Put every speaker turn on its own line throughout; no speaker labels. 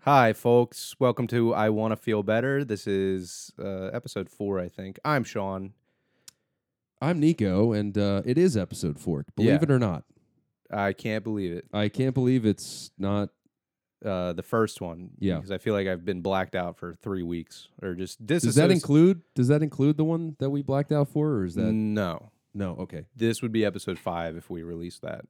Hi, folks. Welcome to I Want to Feel Better. This is uh, episode four, I think. I'm Sean.
I'm Nico, and uh, it is episode four. Believe
Yeah.
it or not,
I can't believe it.
I can't believe it's not.
Uh, the first one.
Yeah.
Because I feel like I've been blacked out for three weeks or just
Does
disassociated.
that include? Does that include the one that we blacked out for, or is that
No.
no? Okay,
This would be episode five if we release that.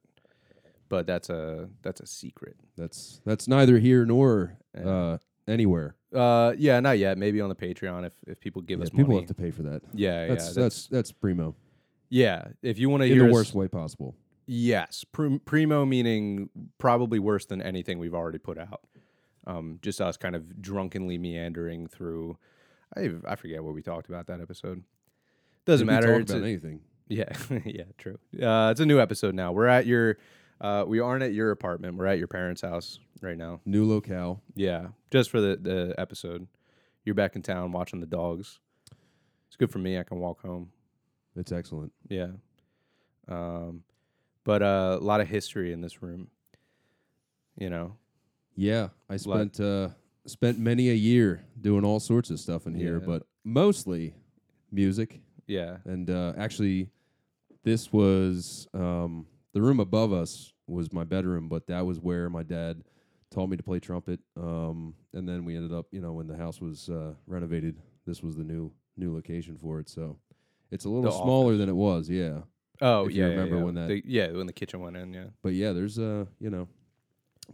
But that's a that's a secret.
that's that's neither here nor
Yeah.
uh, anywhere.
Uh, yeah, not yet. Maybe on the Patreon if, if people give
Yeah,
us
people
money.
have to pay for that.
yeah, yeah,
that's, that's that's primo
yeah. If you want to
in
hear
the
us-
worst way possible.
Yes, prim- primo meaning probably worse than anything we've already put out. Um, just us kind of drunkenly meandering through. I I forget what we talked about that episode. Doesn't
If we
matter.
Talk
It's
about
a-
anything.
yeah, yeah, true. Uh, it's a new episode now. We're at your. Uh, we aren't at your apartment. We're at your parents' house right now.
New locale.
Yeah, just for the the episode. You're back in town watching the dogs. It's good for me. I can walk home.
It's excellent.
Yeah. Um, but uh, a lot of history in this room. You know,
Yeah, I
Like-
spent uh, spent many a year doing all sorts of stuff in here,
Yeah.
but mostly music.
yeah,
and uh, actually, this was um, the room above us was my bedroom, but that was where my dad taught me to play trumpet. Um, and then we ended up, you know, when the house was uh, renovated, this was the new new location for it. So it's a little
The
smaller than it was, yeah.
Oh
If you
yeah,
remember
yeah, yeah.
when that-
The- yeah when the kitchen went in. Yeah,
But yeah, there's uh, you know,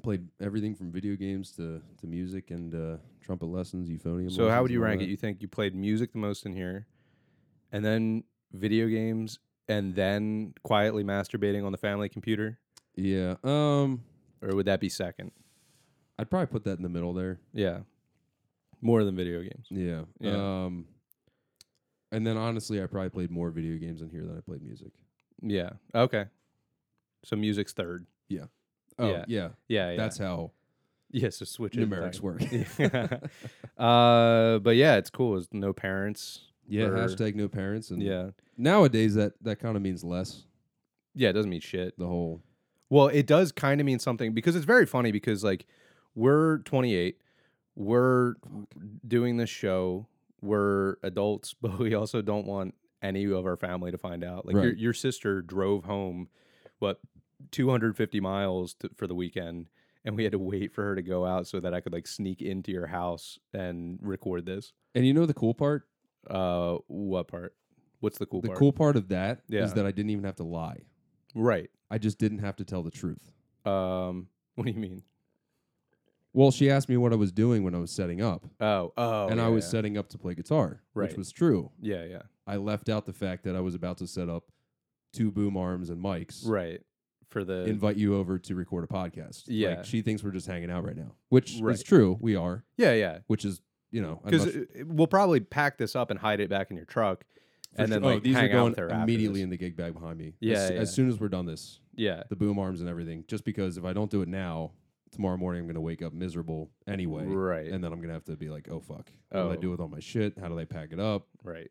played everything from video games to to music and uh, trumpet lessons, euphonium.
so how
lessons
would you
and all
rank it?
that.
You think you played music the most in here, and then video games, and then quietly masturbating on the family computer,
Yeah, um,
or would that be second?
I'd probably put that in the middle there.
Yeah, more than video games.
Yeah.
Yeah.
Um and then honestly I probably played more video games in here than I played music.
Yeah. Okay. So music's third.
Oh
Yeah.
yeah.
Yeah, yeah.
That's how
yeah. So switch it
numerics
back.
work.
uh, but yeah, it's cool. It's no parents.
yeah.
Or-
Hashtag no parents and
Yeah.
nowadays that, that kind of means less
Yeah, it doesn't mean shit.
the whole
Well, it does kind of mean something because it's very funny because like we're 28, we're doing this show, we're adults, but we also don't want any of our family to find out. Like your
Right.
your sister drove home what 250 miles to, for the weekend and we had to wait for her to go out so that I could like sneak into your house and record this.
And you know the cool part?
Uh what part? What's the cool
the
part?
cool part of that is
Yeah.
that I didn't even have to lie.
right.
I just didn't have to tell the truth.
Um what do you mean?
Well, she asked me what I was doing when I was setting up.
Oh, oh.
and I
yeah,
was
yeah.
setting up to play guitar,
Right.
which was true.
Yeah, yeah.
I left out the fact that I was about to set up two boom arms and mics.
Right. For the
invite you over to record a podcast. Like,
Yeah.
she thinks we're just hanging out right now, which
Right.
is true. We are,
Yeah, yeah.
which is you know, I'm
Cuz
not su-
we'll probably pack this up and hide it back in your truck
for
and then
sure- oh,
like
these
hang
are going
out there
immediately in the gig bag behind me.
Yeah,
as,
yeah.
as soon as we're done this,
yeah.
the boom arms and everything, just because if I don't do it now, tomorrow morning I'm going to wake up miserable anyway,
Right.
and then I'm going to have to be like, oh fuck, what do I
Oh.
do with all my shit? How do they pack it up?
right.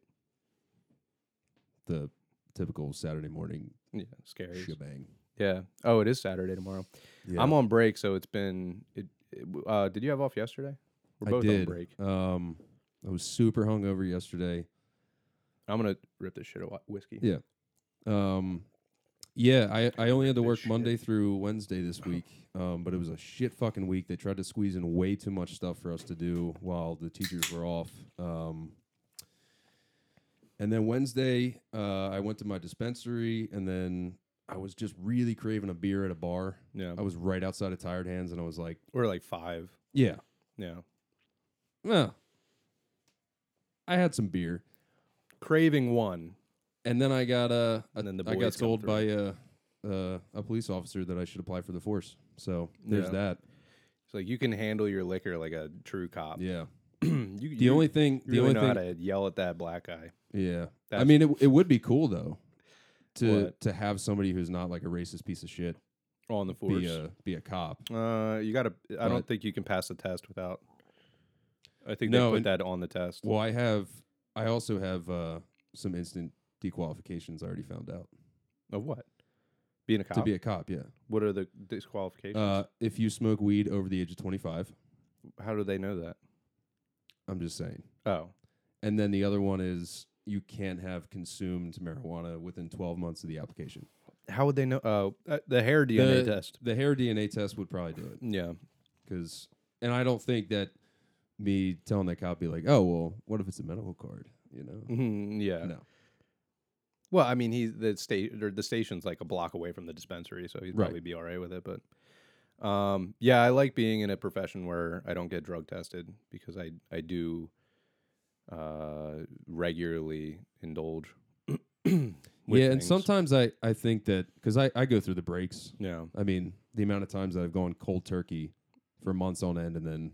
The typical Saturday morning
Yeah, scary.
shebang.
Yeah. Oh, it is Saturday tomorrow. I'm on break so it's been it, it- uh did you have off yesterday? We're
I
both
did.
on break.
Um, I was super hungover yesterday.
I'm going to rip this shit of whi- whiskey.
Yeah. Um, yeah, I, I only had to
Holy
work
shit.
Monday through Wednesday this week, um, but it was a shit fucking week. They tried to squeeze in way too much stuff for us to do while the teachers were off. Um, and then Wednesday, uh, I went to my dispensary, and then I was just really craving a beer at a bar.
Yeah.
I was right outside of Tired Hands, and I was like,
We're like 5.
yeah,
Yeah.
well, I had some beer.
Craving one.
and then I got uh,
And then the
I got
boys come
told
through.
by uh, uh, a police officer that I should apply for the force. So there's
Yeah.
that.
It's like you can handle your liquor like a true cop.
Yeah.
you,
The only thing, the
you Uh, really
only
know
thing,
how to yell at that black guy.
yeah. I
That's-
mean, it, it would be cool though to
What?
to have somebody who's not like a racist piece of shit
on the force.
be a be a cop.
Uh, you gotta. I don't
But-
think you can pass the test without. I think
No,
they put
and-
that on the test.
Well, I have, I also have uh, some instant dequalifications. I already found out
of what? Being a cop.
to be a cop. Yeah.
what are the disqualifications?
Uh, if you smoke weed over the age of 25,
How do they know that?
I'm just saying.
Oh,
And then the other one is you can't have consumed marijuana within 12 months of the application.
how would they know? Oh, uh, the hair DNA test.
The hair DNA test would probably do it
Yeah,
because, and I don't think that me telling that cop be like, oh well, what if it's a medical card? You know,
Mhm, yeah.
no,
Well, I mean, he's the state or the station's like a block away from the dispensary, so he'd
Right.
probably be all right with it. But um, yeah, I like being in a profession where I don't get drug tested because I I do uh, regularly indulge. with
yeah. And
things.
sometimes I I think that because I I go through the breaks.
yeah,
I mean, the amount of times that I've gone cold turkey for months on end and then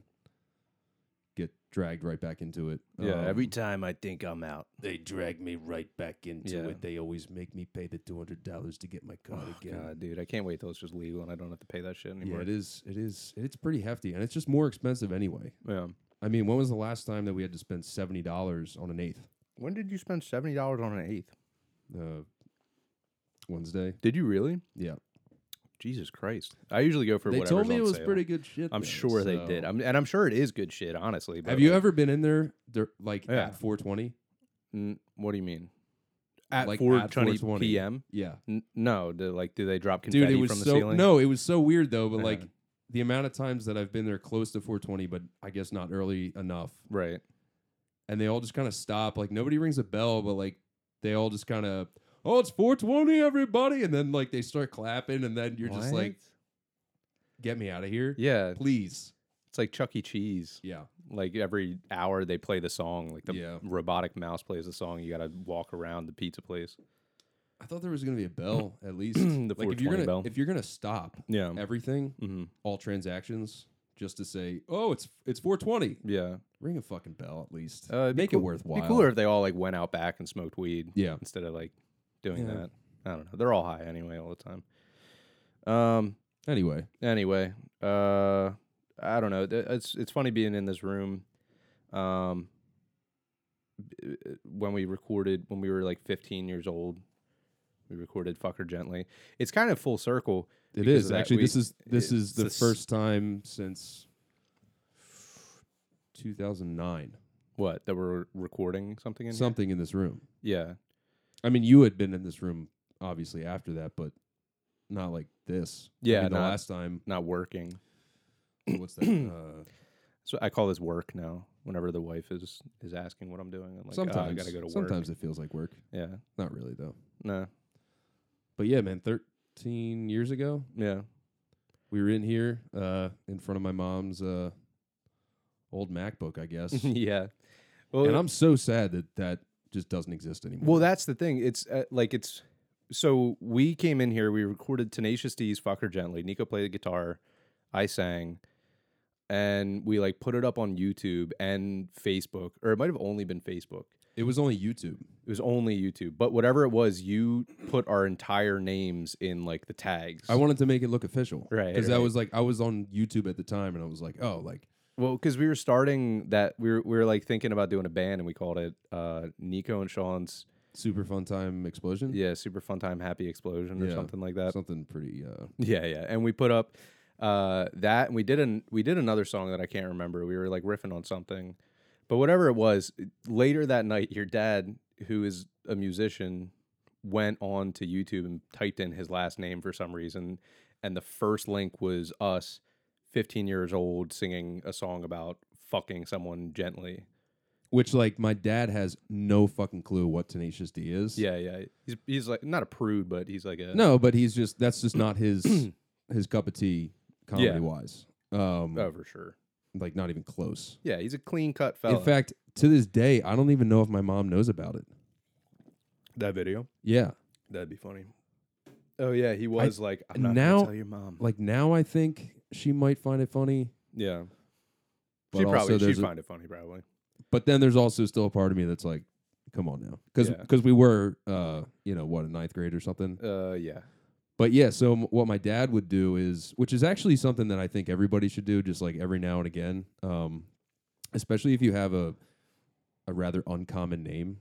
get dragged right back into it.
yeah.
Um,
every time I think I'm out,
they drag me right back into
Yeah.
it. They always make me pay the two hundred dollars to get my card
oh,
again.
God, dude, I can't wait till it's just legal and I don't have to pay that shit
Yeah,
anymore.
it is. It is. It's pretty hefty, and it's just more expensive anyway.
yeah.
I mean, when was the last time that we had to spend seventy dollars on an eighth?
When did you spend seventy dollars on an eighth?
Uh, Wednesday.
Did you really?
Yeah,
Jesus Christ! I usually go for
they
whatever's
told me
on
it was
sale.
pretty good shit.
I'm
though,
sure they
so-
did. I'm, and I'm sure it is good shit, honestly. But
Have you
like,
ever been in there, dur- like
Yeah.
at four twenty?
n- what do you mean? At
Like, at
4:20
4:20.
p.m.
Yeah,
N- no, do, like do they drop confetti
dude, it was
from the
so
ceiling? Uh-huh.
no, it was so weird though. But
Yeah.
like the amount of times that I've been there close to four twenty, but I guess not early enough.
right?
and they all just kind of stop. Like nobody rings a bell, but like they all just kind of, oh, it's 420, everybody, and then like they start clapping, and then you're just like, get me out of here,
yeah,
please.
it's like Chuck E. Cheese.
Yeah,
Like every hour they play the song. Like the
Yeah.
robotic mouse plays the song. You got to walk around the pizza place.
I thought there was gonna be a bell at least.
The
like if
420
you're gonna
bell.
if you're gonna stop
Yeah,
everything,
hmm
all transactions, just to say, oh, it's it's 420,
yeah.
ring a fucking bell at least,
Uh, it'd be
make
cool-
it worthwhile.
Be cooler if they all like went out back and smoked weed.
Yeah,
instead of like doing
Yeah.
that. I don't know. They're all high anyway all the time. Um.
anyway,
Anyway, uh, I don't know. Th- It's it's funny being in this room. Um, b- uh, when we recorded when we were like 15 years old, we recorded "Fucker Gently." It's kind of full circle.
it
Because
is
of that,
actually
we-
this is this
it's
is the
the s-
first time since 2009
What that we're recording something in here?
something in this room.
Yeah,
I mean, you had been in this room obviously after that, but not like this. I
Yeah,
mean, the
not-
last time.
not working.
What's that? Uh,
So I call this work now. Whenever the wife is is asking what I'm doing, I'm like, "Ah,
sometimes
I gotta go to work.
Sometimes it feels like work.
yeah,
Not really though.
no,
But yeah, man, thirteen years ago,
yeah,
we were in here uh, in front of my mom's uh, old MacBook, I guess.
yeah. Well,
and I'm so sad that that just doesn't exist anymore.
Well, that's the thing. It's uh, like it's so we came in here. We recorded Tenacious D's "Fucker Gently." Nico played the guitar. I sang, and we like put it up on YouTube and Facebook, or it might have only been Facebook.
it was only YouTube.
It was only YouTube, but whatever it was, you put our entire names in like the tags.
I wanted to make it look official,
Right,
Because that
right.
was like I was on YouTube at the time, and I was like, oh, like
Well, because we were starting that, we were, we were like thinking about doing a band, and we called it uh, Nico and Sean's
super fun time explosion.
yeah Super Fun Time Happy Explosion or
Mm. Yeah.
something like that.
something pretty. Uh,
Yeah, yeah. And we put up uh that and we did an we did another song that I can't remember. We were like riffing on something. But whatever it was, later that night your dad, who is a musician, went on to YouTube and typed in his last name for some reason and the first link was us 15 years old singing a song about fucking someone gently.
which like my dad has no fucking clue what tenacious D is.
Yeah, yeah. He's he's like not a prude, but he's like a
No, but he's just that's just not his his cup of tea comedy
Yeah.
wise. Um
oh, for sure.
like not even close.
Yeah, he's a clean cut fella.
In fact, to this day, I don't even know if my mom knows about it.
that video.
Yeah.
That'd be funny. Oh yeah, he was like, I'm not
now-
gonna tell your mom.
Like now I think she might find it funny.
yeah,
But
she
also
probably
there's
she'd
a-
find it funny probably.
but then there's also still a part of me that's like, come on now. Because
Yeah.
we were uh, you know, what, in ninth grade or something?
Uh, yeah,
But yeah, so m- what my dad would do is, which is actually something that I think everybody should do, just like every now and again, um, especially if you have a a rather uncommon name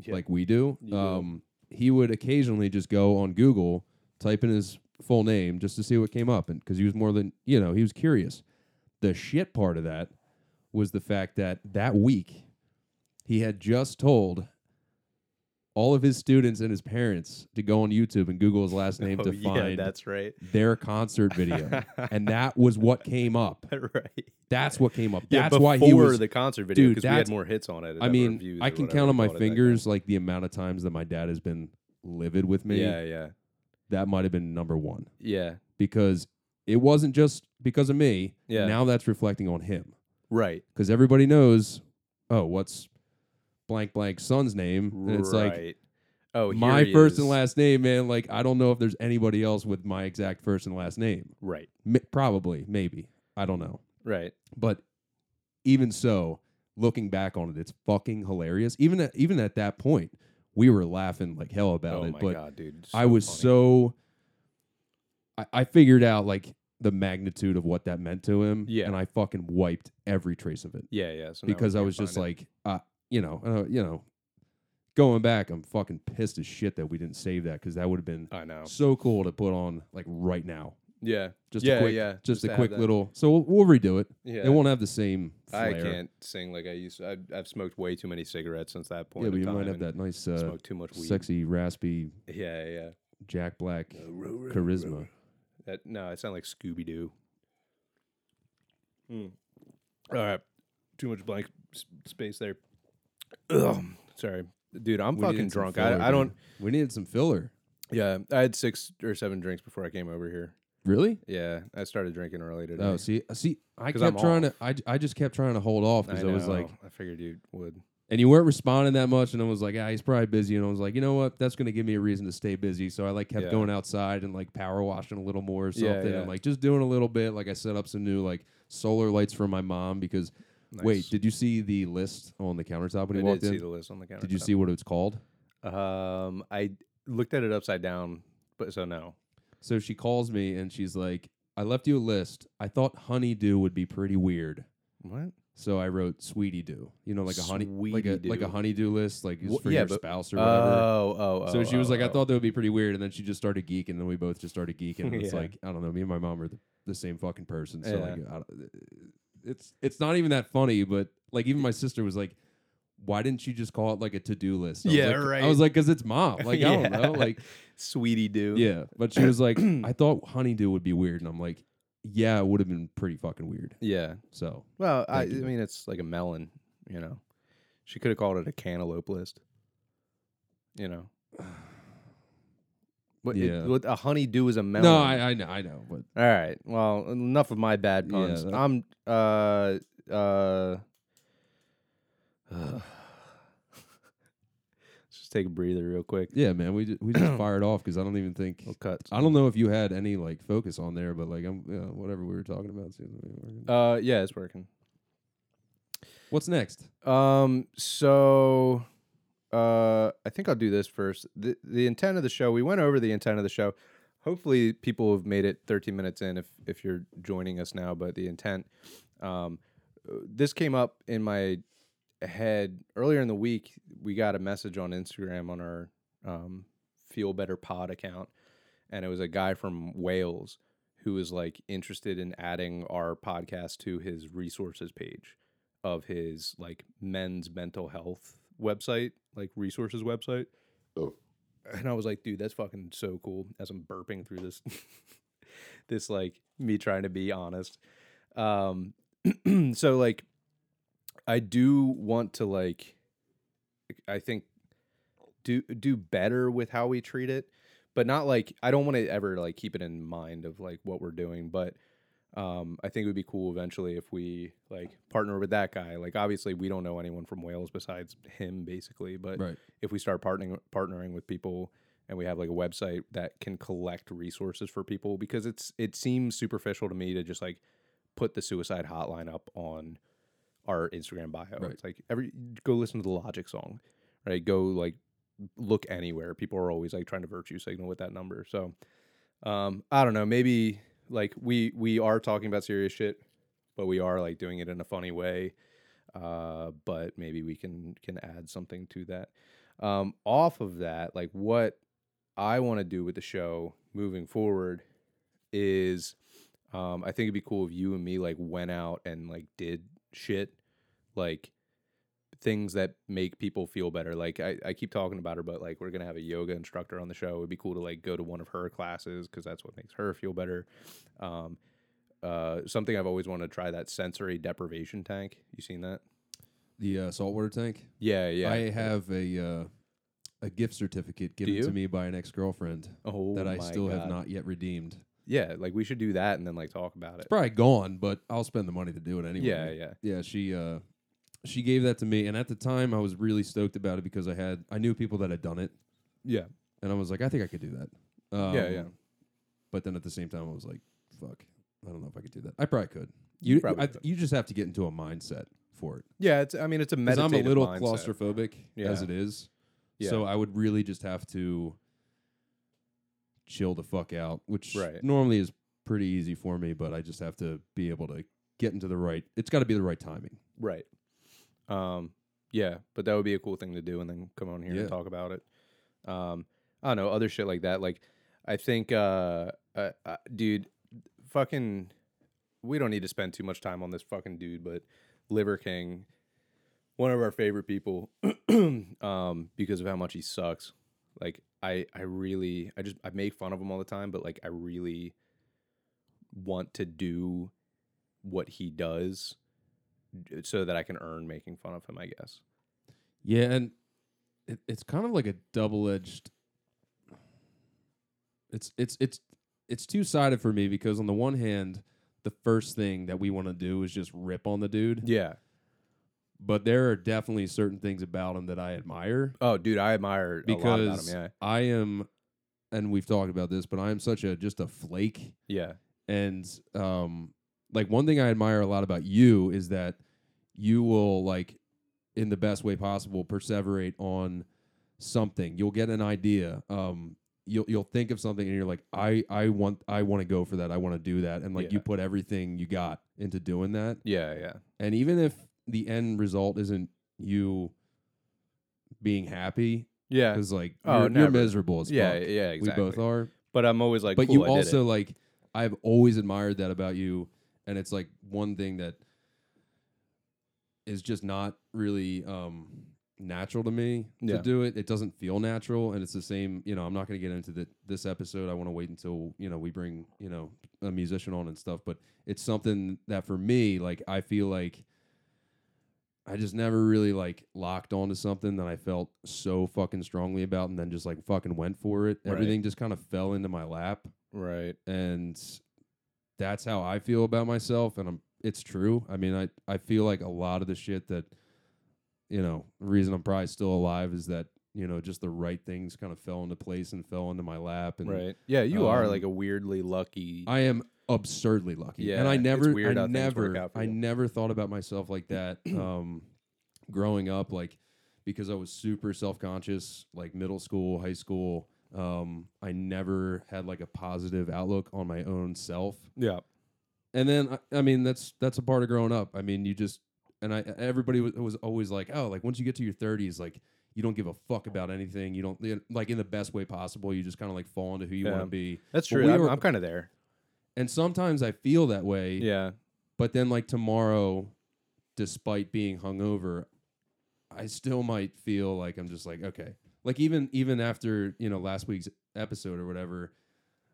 Yeah.
like we do.
You do.
Um, he would occasionally just go on Google, type in his full name just to see what came up, and because he was more than you know, he was curious. The shit part of that was the fact that that week he had just told all of his students and his parents to go on YouTube and Google his last name
Oh,
to
yeah,
find
that's right.
their concert video. and that was what came up.
right.
That's what came up.
Yeah,
That's why he
before
was
the concert video
Dude,
because we had
that's-
more hits on it.
I
uh,
mean,
reviews
I
or
can
whatever
count
we
on my
called it back then.
fingers like the amount of times that my dad has been livid with me.
Yeah, yeah,
That might have been number 1
yeah.
because it wasn't just because of me.
Yeah.
Now that's reflecting on him
Right.
because everybody knows, oh, what's blank blank son's name? And it's like
Right. oh, here
my
he
first
is.
and last name, man. Like I don't know if there's anybody else with my exact first and last name.
Right.
M- probably, maybe. I don't know.
Right.
But even so, looking back on it, it's fucking hilarious. Even at, even at that point, we were laughing like hell about
oh
it.
my
but
god, dude.
I was
funny.
so I, I figured out like the magnitude of what that meant to him.
Yeah.
And I fucking wiped every trace of it.
Yeah, yeah. So now we
because I
can't
was just
find it.
like, uh, you know, uh, you know, going back, I'm fucking pissed as shit that we didn't save that because that would have been
I know.
so cool to put on like right now.
Yeah.
Just
yeah,
a quick,
yeah.
just,
to
a
have
quick
that.
little. So we'll, we'll redo it.
Yeah.
It won't have the same. Flair.
I can't sing like I used. to. I've, I've smoked way too many cigarettes since that point.
Yeah, but
in
you
time
might have
and
that nice, uh,
smoked too much weed.
sexy, raspy
Yeah, yeah.
Jack Black charisma.
That no, I sound like Scooby Doo. All right, too much blank s- space there. Ugh. Sorry, dude. I'm
We
fucking
needed some
drunk.
filler,
I, I
dude.
don't.
We needed some filler.
Yeah, I had six or seven drinks before I came over here.
Really?
Yeah, I started drinking early today.
Oh, see, uh, see, I
'Cause I'm
kept trying to. I, j- I just kept trying to hold off because I, was like,
know, I figured you would.
and you weren't responding that much, and I was like, ah, he's probably busy, and I was like, you know what? That's gonna give me a reason to stay busy. So I like kept
Yeah.
going outside and like power washing a little more or something,
Yeah, yeah.
and like just doing a little bit. Like I set up some new like solar lights for my mom because.
Nice.
Wait, did you see the list on the countertop when
I
you walked
did see
in?
the list on the counter.
Did you see what it's called?
Um, I looked at it upside down, but so no.
So she calls me and she's like, I left you a list. I thought honeydew would be pretty weird.
What?
So I wrote sweetie do. You know, like a honey like a like
Sweetie-doo.
a honeydew list, like it's
Wh-
for
yeah,
your
but-
spouse or whatever.
Oh, oh, oh.
so she was
oh,
like, I
oh.
thought that would be pretty weird, and then she just started geeking, and then we both just started geeking. And It's
Yeah.
like I don't know, me and my mom are the, the same fucking person. So
Yeah.
like, I don't, uh, it's it's not even that funny, but like even my sister was like, "Why didn't you just call it like a to do list?" I was
Yeah,
like-
right.
I was like, "Cause it's mom." Like I don't
Yeah.
know, like
sweetie do.
yeah, but she was like, I thought honeydew would be weird, and I'm like, yeah, it would have been pretty fucking weird.
Yeah.
So
Well, I, I
Thank you.
mean, it's like a melon, you know. She could have called it a cantaloupe list, you know. What, it-
Yeah.
what a honeydew is a melon.
no, I, I know, I know, but
All right. Well, enough of my bad
Yeah,
puns.
that-
I'm uh uh. let's just take a breather real quick.
yeah, man, we just, we just fired off because I don't even think
We'll cut.
I don't know if you had any like focus on there, but like I'm yeah, whatever we were talking about. seems to be working.
Uh, yeah, it's working.
What's next?
Um, so uh I think I'll do this first. The the intent of the show, we went over the intent of the show. Hopefully people have made it 13 minutes in if if you're joining us now, but the intent um uh, this came up in my head earlier in the week. We got a message on Instagram on our um Feel Better Pod account and it was a guy from Wales who was like interested in adding our podcast to his resources page of his like men's mental health website, like resources website. And I was like, dude, that's fucking so cool as I'm burping through this this like me trying to be honest. Um so like I do want to like I think do do better with how we treat it, but not like I don't want to ever like keep it in mind of like what we're doing, but um, I think it would be cool eventually if we like partner with that guy. Like obviously we don't know anyone from Wales besides him basically, but
Right.
if we start partnering partnering with people and we have like a website that can collect resources for people because it's it seems superficial to me to just like put the suicide hotline up on our Instagram bio.
Right.
It's like every go listen to the Logic song, right? Go like look anywhere. People are always like trying to virtue signal with that number. So um I don't know, maybe like we we are talking about serious shit, but we are like doing it in a funny way. Uh but maybe we can can add something to that. Um off of that, like what I want to do with the show moving forward is Um, I think it'd be cool if you and me like went out and like did shit, like things that make people feel better. Like I, I keep talking about her, but like we're gonna have a yoga instructor on the show. It'd be cool to like go to one of her classes because that's what makes her feel better. Um, uh, something I've always wanted to try that sensory deprivation tank. You seen that?
The uh, saltwater tank.
Yeah, yeah.
I have a uh, a gift certificate given
you?
to me by an ex girlfriend
oh,
that I
my
still
God.
have not yet redeemed.
Yeah, like we should do that and then like talk about it.
It's probably gone, but I'll spend the money to do it anyway.
Yeah, yeah.
yeah she uh she gave that to me and at the time i was really stoked about it because i had i knew people that had done it
Yeah.
and i was like i think i could do that um,
Yeah, yeah.
but then at the same time i was like fuck i don't know if i could do that i probably could you
probably
I,
could.
you just have to get into a mindset for it
Yeah, it's I mean it's a
because i'm
meditative
a little
mindset.
claustrophobic as
Yeah.
it is
Yeah.
so i would really just have to chill the fuck out which
Right.
normally is pretty easy for me but i just have to be able to get into the right it's got to be the right timing
Right. Um, yeah, but that would be a cool thing to do and then come on here
Yeah.
and talk about it. Um, I don't know, other shit like that. Like, I think, uh, uh, uh, dude, fucking, we don't need to spend too much time on this fucking dude, but Liver King, one of our favorite people, um, because of how much he sucks. Like, I, I really, I just, I make fun of him all the time, but like, I really want to do what he does so that I can earn making fun of him, I guess.
Yeah, and it, it's kind of like a double edged. It's it's it's it's two sided for me because on the one hand, the first thing that we want to do is just rip on the dude,
Yeah.
but there are definitely certain things about him that I admire
Oh, dude, I admire a lot about
because
him.
I am, and we've talked about this, but I am such a just a flake,
Yeah. Yeah.
and um, like one thing I admire a lot about you is that you will like in the best way possible perseverate on something you'll get an idea um you'll you'll think of something and you're like i i want i want to go for that i want to do that and like you
Yeah.
put everything you got into doing that
Yeah. Yeah.
and even if the end result isn't you being happy
Yeah.
because like
Oh,
you're, you're
never.
miserable as
Yeah.
fuck.
Yeah. Exactly.
we both are
But I'm always like,
but
cool,
you
I did
also
it.
like I've always admired that about you, and it's like one thing that is just not really um natural to me
Yeah.
to do it. It doesn't feel natural, and it's the same. You know, I'm not going to get into the, this episode. I want to wait until you know we bring you know a musician on and stuff. But it's something that for me, like I feel like. I just never really like locked onto something that I felt so fucking strongly about and then just like fucking went for it.
Right.
Everything just kind of fell into my lap
right.
and that's how I feel about myself and I'm it's true. I mean, I I feel like a lot of the shit that you know, the reason I'm probably still alive is that, you know, just the right things kind of fell into place and fell into my lap and
Right. Yeah. You are
um,
like a weirdly lucky.
I am absurdly lucky. and
Yeah,
I
it's
never
weird
I
how things work
never
out for
I
you.
never thought about myself like that um growing up like because I was super self-conscious like middle school, high school. Um I never had like a positive outlook on my own self.
yeah.
And then I, I mean that's that's a part of growing up. I mean you just and I everybody was, was always like, "Oh, like once you get to your 30s like you don't give a fuck about anything. You don't like in the best way possible. You just kind of like fall into who you want
Yeah.
to be.
That's
But
true.
we
I'm,
were-
I'm kind of there.
And sometimes I feel that way.
Yeah.
But then like tomorrow, despite being hungover, I still might feel like I'm just like, okay. Like even even after, you know, last week's episode or whatever,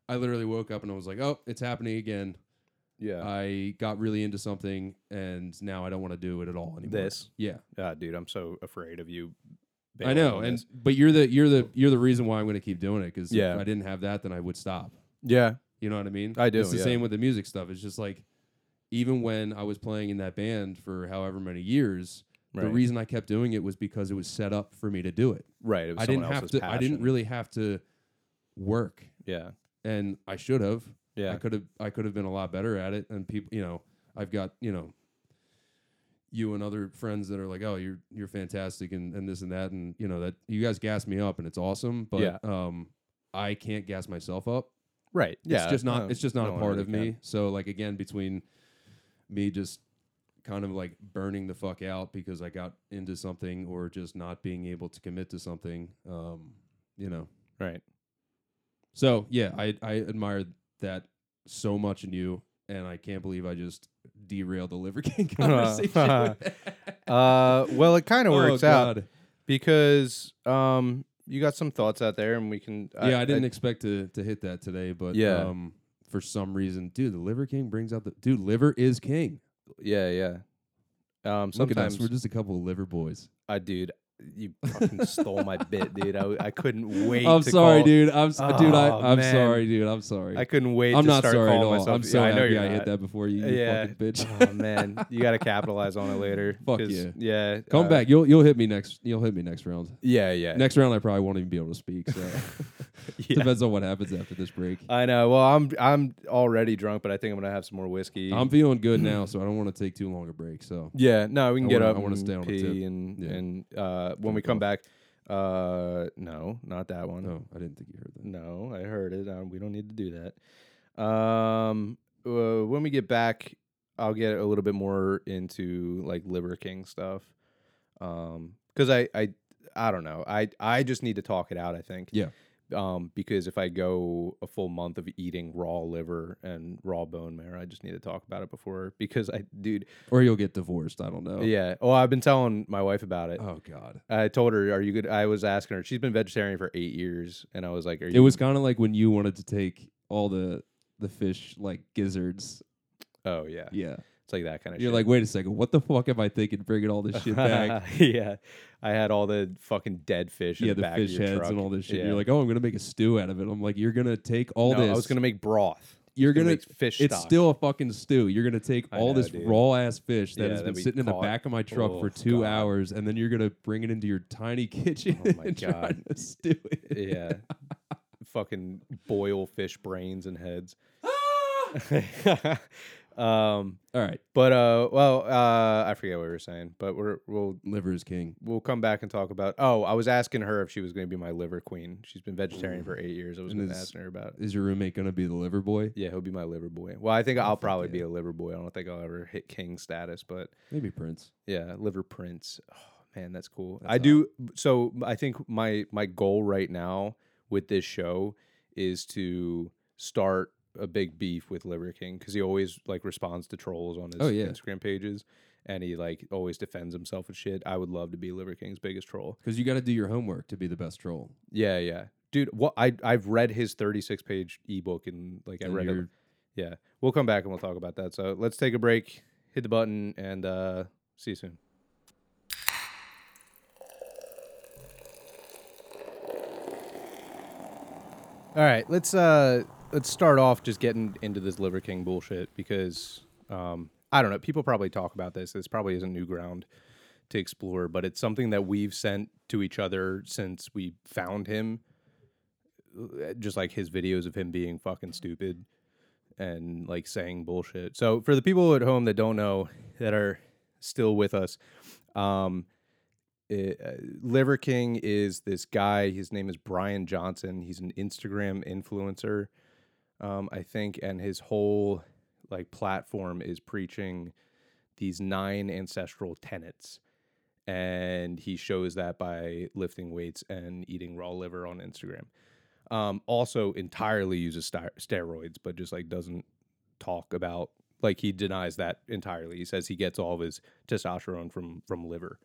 I literally woke up and I was like, Oh, it's happening again.
Yeah.
I got really into something and now I don't want to do it at all anymore.
This?
Yeah.
Ah, dude, I'm so afraid of you.
I
bailing
know.
on
And
this.
but you're the you're the you're the reason why I'm gonna keep doing it because
Yeah.
if I didn't have that, then I would stop.
yeah.
You know what I mean?
I do,
It's the
yeah.
same with the music stuff. It's just like even when I was playing in that band for however many years,
Right.
the reason I kept doing it was because it was set up for me to do it.
right. It was
I
someone
didn't have
else's
to.
Passion.
I didn't really have to work,
Yeah.
and I should have. I
Yeah.
could have. I could have been a lot better at it. And people, you know, I've got you know, you and other friends that are like, oh, you're you're fantastic, and and this and that, and you know that you guys gas me up, and it's awesome. But
Yeah.
um, I can't gas myself up
Right. Yeah.
it's just not
no,
it's just not
no
a
one
part
really
of me so like again between me just kind of like burning the fuck out because i got into something or just not being able to commit to something um you know
can. Right.
so yeah i i admired that so much in you and I can't believe I just derailed the Liver King
Uh-huh.
conversation. with that.
Uh, well, it kind of
Oh,
works out
God.
because um, you got some thoughts out there, and we can.
yeah, I, didn't expect to to hit that today, but
Yeah.
um, for some reason, dude, the Liver King brings out the dude. Liver is king.
yeah, yeah. Um,
Look at us,
sometimes
we're just a couple of liver boys.
I, dude, you fucking stole my bit, dude. I, I couldn't wait.
I'm
to
sorry,
call-
dude. I'm s- dude. I,
Oh,
I'm
man.
sorry, dude. I'm sorry.
I couldn't wait.
I'm
to
not
start
sorry at
calling
all.
Myself.
I'm so
yeah, I know
happy
you're
I hit
not.
that before you. you
Yeah.
fucking bitch.
oh man, you got to capitalize on it later.
Fuck
'cause,
yeah.
yeah.
Come
uh,
back. You'll you'll hit me next. You'll hit me next round.
Yeah, yeah.
Next round, I probably won't even be able to speak. So
yeah.
depends on what happens after this break.
I know. Well, I'm I'm already drunk, but I think I'm gonna have some more whiskey.
I'm feeling good
mm-hmm.
now, so I don't want to take too long a break. So
yeah, no, we can
I
get
wanna-
up.
I wanna
and
stay on the
pee
tip.
and
Yeah.
and uh, when we
Jerk
come
off.
back, uh, no, not that one.
no, I didn't think you heard that.
No, I heard it. Um, we don't need to do that. Um, uh, when we get back, I'll get a little bit more into like Liver King stuff. Um, because I, I, I don't know. I, I just need to talk it out. I think.
Yeah.
Um, because if I go a full month of eating raw liver and raw bone marrow, I just need to talk about it before. Because I, dude,
Or you'll get divorced. I don't know.
yeah. Oh, I've been telling my wife about it.
Oh God.
I told her, "Are you good?" I was asking her. She's been vegetarian for eight years, and I was like, "Are you?"
It was kind of like when you wanted to take all the the fish like gizzards.
oh yeah.
Yeah.
It's like that kind of
You're
shit.
like, wait a second, what the fuck am I thinking? Bringing all this shit back.
yeah. I had all the fucking dead fish in
yeah,
the,
the
back
fish
of your
heads
truck.
and all this shit.
Yeah.
You're like, oh, I'm gonna make a stew out of it. I'm like, you're gonna take all
No,
this.
I was gonna make broth.
you're
gonna
gonna
make fish
It's
stock.
still a fucking stew. You're gonna take
I
all
know,
this
dude.
raw ass fish that
Yeah,
has
that
been
we
sitting in the
caught.
back of my truck for
Oh,
two
God.
hours, and then you're gonna bring it into your tiny kitchen
Oh, my
and try
God.
to stew it.
Yeah. fucking boil fish brains and heads. um
All right,
but uh well uh I forget what we were saying, but we're we'll
liver is king.
we'll come back and talk about oh, I was asking her if she was gonna be my liver queen. She's been vegetarian for eight years. I was
Mm. And
gonna
is-
ask her about it.
Is your roommate gonna be the liver boy?
Yeah, he'll be my liver boy. Well, I think I'll
Oh, fuck
probably
yeah.
be a liver boy. I don't think I'll ever hit king status, but
Maybe Prince.
Yeah, liver prints. Oh man, that's cool.
That's
I do so I think my my goal right now with this show is to start a big beef with Liver King cuz he always like responds to trolls on his
Oh, yeah.
Instagram pages and he like always defends himself with shit. I would love to be Liver King's biggest troll.
Because you got to do your homework to be the best troll.
Yeah, yeah. Dude, what I I've read his 36 page ebook and like I
And
read it.
you're-
Yeah. We'll come back and we'll talk about that. So, let's take a break, hit the button and uh see you soon. All right, let's uh let's start off just getting into this Liver King bullshit because um I don't know, people probably talk about this. This probably isn't new ground to explore, but it's something that we've sent to each other since we found him. Uh, Just like his videos of him being fucking stupid and like saying bullshit. So for the people at home that don't know that are still with us, um, it, uh, Liver King is this guy. His name is Brian Johnson. He's an Instagram influencer, um, I think, and his whole like platform is preaching these nine ancestral tenets. And he shows that by lifting weights and eating raw liver on Instagram. Um, also, entirely uses sty- steroids, but just like doesn't talk about like he denies that entirely. He says he gets all of his testosterone from from liver.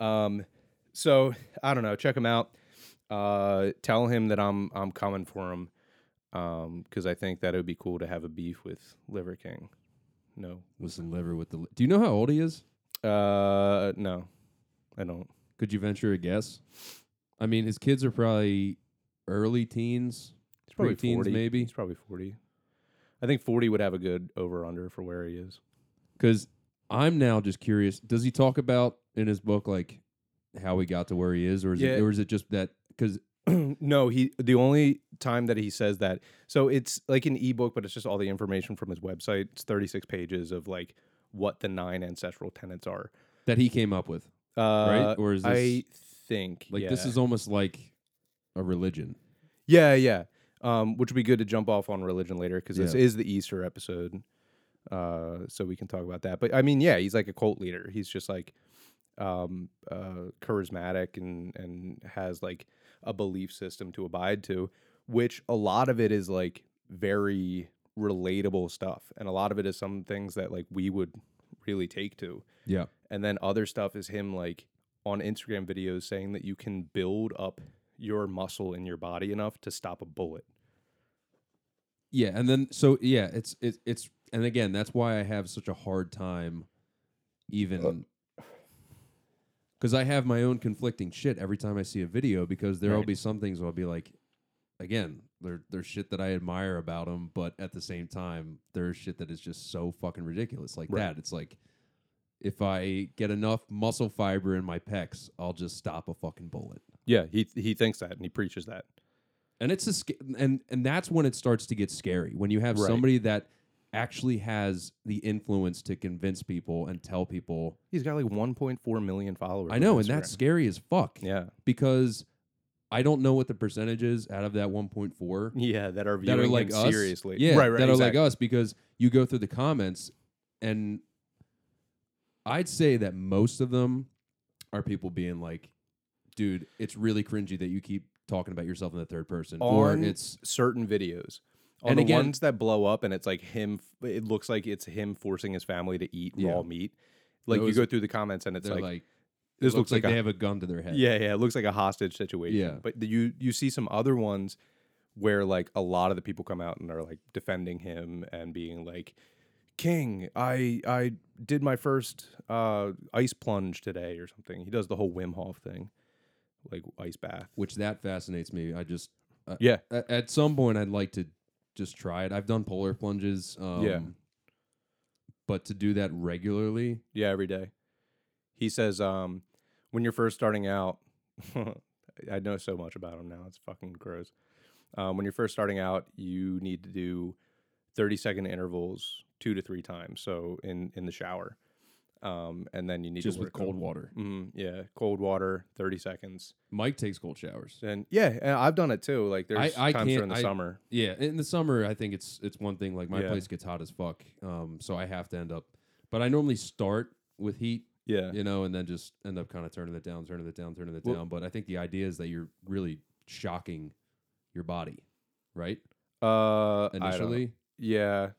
Um, so I don't know. Check him out. Uh, tell him that I'm I'm coming for him. Um, because I think that it would be cool to have a beef with Liver King. No.
Listen, liver with the. Li- do you know how old he is?
Uh, no, I don't.
Could you venture a guess? I mean, his kids are probably early teens.
He's probably
Pre-teens,
40.
maybe?
He's probably forty. I think forty would have a good over under for where he is.
Because I'm now just curious. Does he talk about in his book like how he got to where he is, or is it,
Yeah.
or is it just that? Because
no, he the only time that he says that. So it's like an ebook, but it's just all the information from his website. It's thirty six pages of like what the nine ancestral tenets are.
that he came up with,
Uh,
right? or is this
I think
like this
yeah.
is almost like a religion?
yeah yeah um which would be good to jump off on religion later because this
Yeah.
is the Easter episode uh so we can talk about that but I mean yeah he's like a cult leader he's just like um uh charismatic and and has like a belief system to abide to which a lot of it is like very relatable stuff, and a lot of it is some things that like we would really take to,
Yeah.
and then other stuff is him like on Instagram videos saying that you can build up your muscle in your body enough to stop a bullet.
Yeah, and then so yeah, it's it's it's and again, that's why I have such a hard time even
Uh,
cuz I have my own conflicting shit every time I see a video because there'll
Right.
be some things where I'll be like again, there there's shit that I admire about him, but at the same time, there's shit that is just so fucking ridiculous like
Right.
that. It's like if I get enough muscle fiber in my pecs, I'll just stop a fucking bullet.
Yeah, he he thinks that and he preaches that.
and it's a sc- and and that's when it starts to get scary when you have
Right.
somebody that actually has the influence to convince people and tell people
He's got like 1.4 million followers.
i
on
know and
Instagram.
that's scary as fuck
yeah,
because i don't know what the percentage is out of that 1.4
yeah, that are
that
viewing
are like
him
us
seriously.
yeah
right, right,
that
exactly.
are like us because you go through the comments and i'd say that most of them are people being like dude it's really cringy that you keep talking about yourself in the third person or
On-
it's
certain videos. On
And
the
again-
ones that blow up and it's like him, f- it looks like it's him forcing his family to eat
Yeah.
raw meat. Like
Those-
you go through the comments and it's
they're
like,
like
this
it looks, like, they
a,
have a gun to their head.
yeah, yeah, it looks like a hostage situation.
Yeah.
But the- you you see some other ones where like a lot of the people come out and are like defending him and being like, King, I I did my first uh, ice plunge today or something. He does the whole Wim Hof thing, like ice bath.
Which that fascinates me. I just uh,
Yeah.
a- at some point I'd like to just try it. I've done polar plunges. Um,
Yeah.
But to do that regularly,
Yeah, every day. He says, um, when you're first starting out, I know so much about him now. It's fucking gross. Um, when you're first starting out, you need to do 30 second intervals two to three times. So in, in the shower. Um, and then you need
just
to
with
work up-
cold water.
Mhm, yeah, cold water, 30 seconds.
Mike takes cold showers.
And yeah, and I've done it too. Like there's
I
times
can't-
during the
I-
summer.
Yeah, in the summer I think it's it's one thing. Like my
Yeah.
place gets hot as fuck, um, so I have to end up. But I normally start with heat,
Yeah.
you know, and then just end up kind of turning it down, turning it down, turning it
Well-
down. But I think the idea is that you're really shocking your body, right?
Uh, I don't know.
Initially,
Yeah.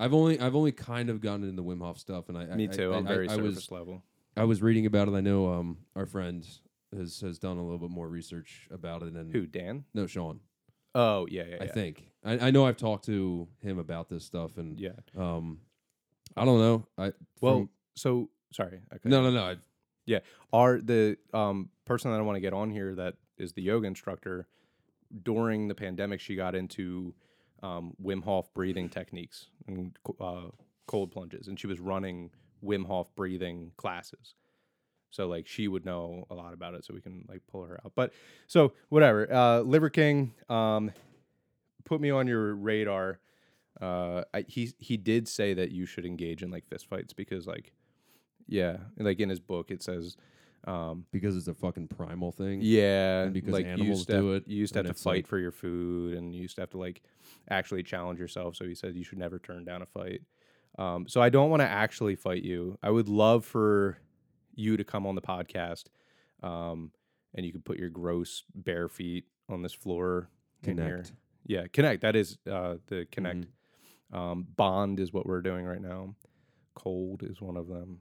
I've only I've only kind of gotten into Wim Hof stuff, and I I-
Me too.
I,
I, am very
I, I
surface
was
level.
I was reading about it. I know um our friend has has done a little bit more research about it, and
Who, Dan?
no Sean,
Oh, yeah, yeah,
Mm. I
yeah.
think I, I know I've talked to him about this stuff, and
yeah.
um I don't know I
Well,
from-
so sorry. Okay.
no no no I,
Are the um, person that I want to get on here that is the yoga instructor during the pandemic? She got into um, Wim Hof breathing techniques and co- uh, cold plunges, and she was running Wim Hof breathing classes. So like she would know a lot about it, so we can like pull her out. But so whatever. Uh, Liver King, um, put me on your radar. Uh, I, he he did say that you should engage in like fist fights because like yeah, like in his book it says um
because it's a fucking primal thing.
yeah
because
like you
animals
used to
do
have-
it,
You used to
and
have to
it's like-
fight for your food, and you used to have to like actually challenge yourself. So he said you should never turn down a fight. Um, so I don't want to actually fight you. I would love for you to come on the podcast, um, and you could put your gross bare feet on this floor. in here.
Connect.
Yeah, connect. That is uh, the connect.
Mm-hmm.
Um, bond is what we're doing right now. Cold is one of them.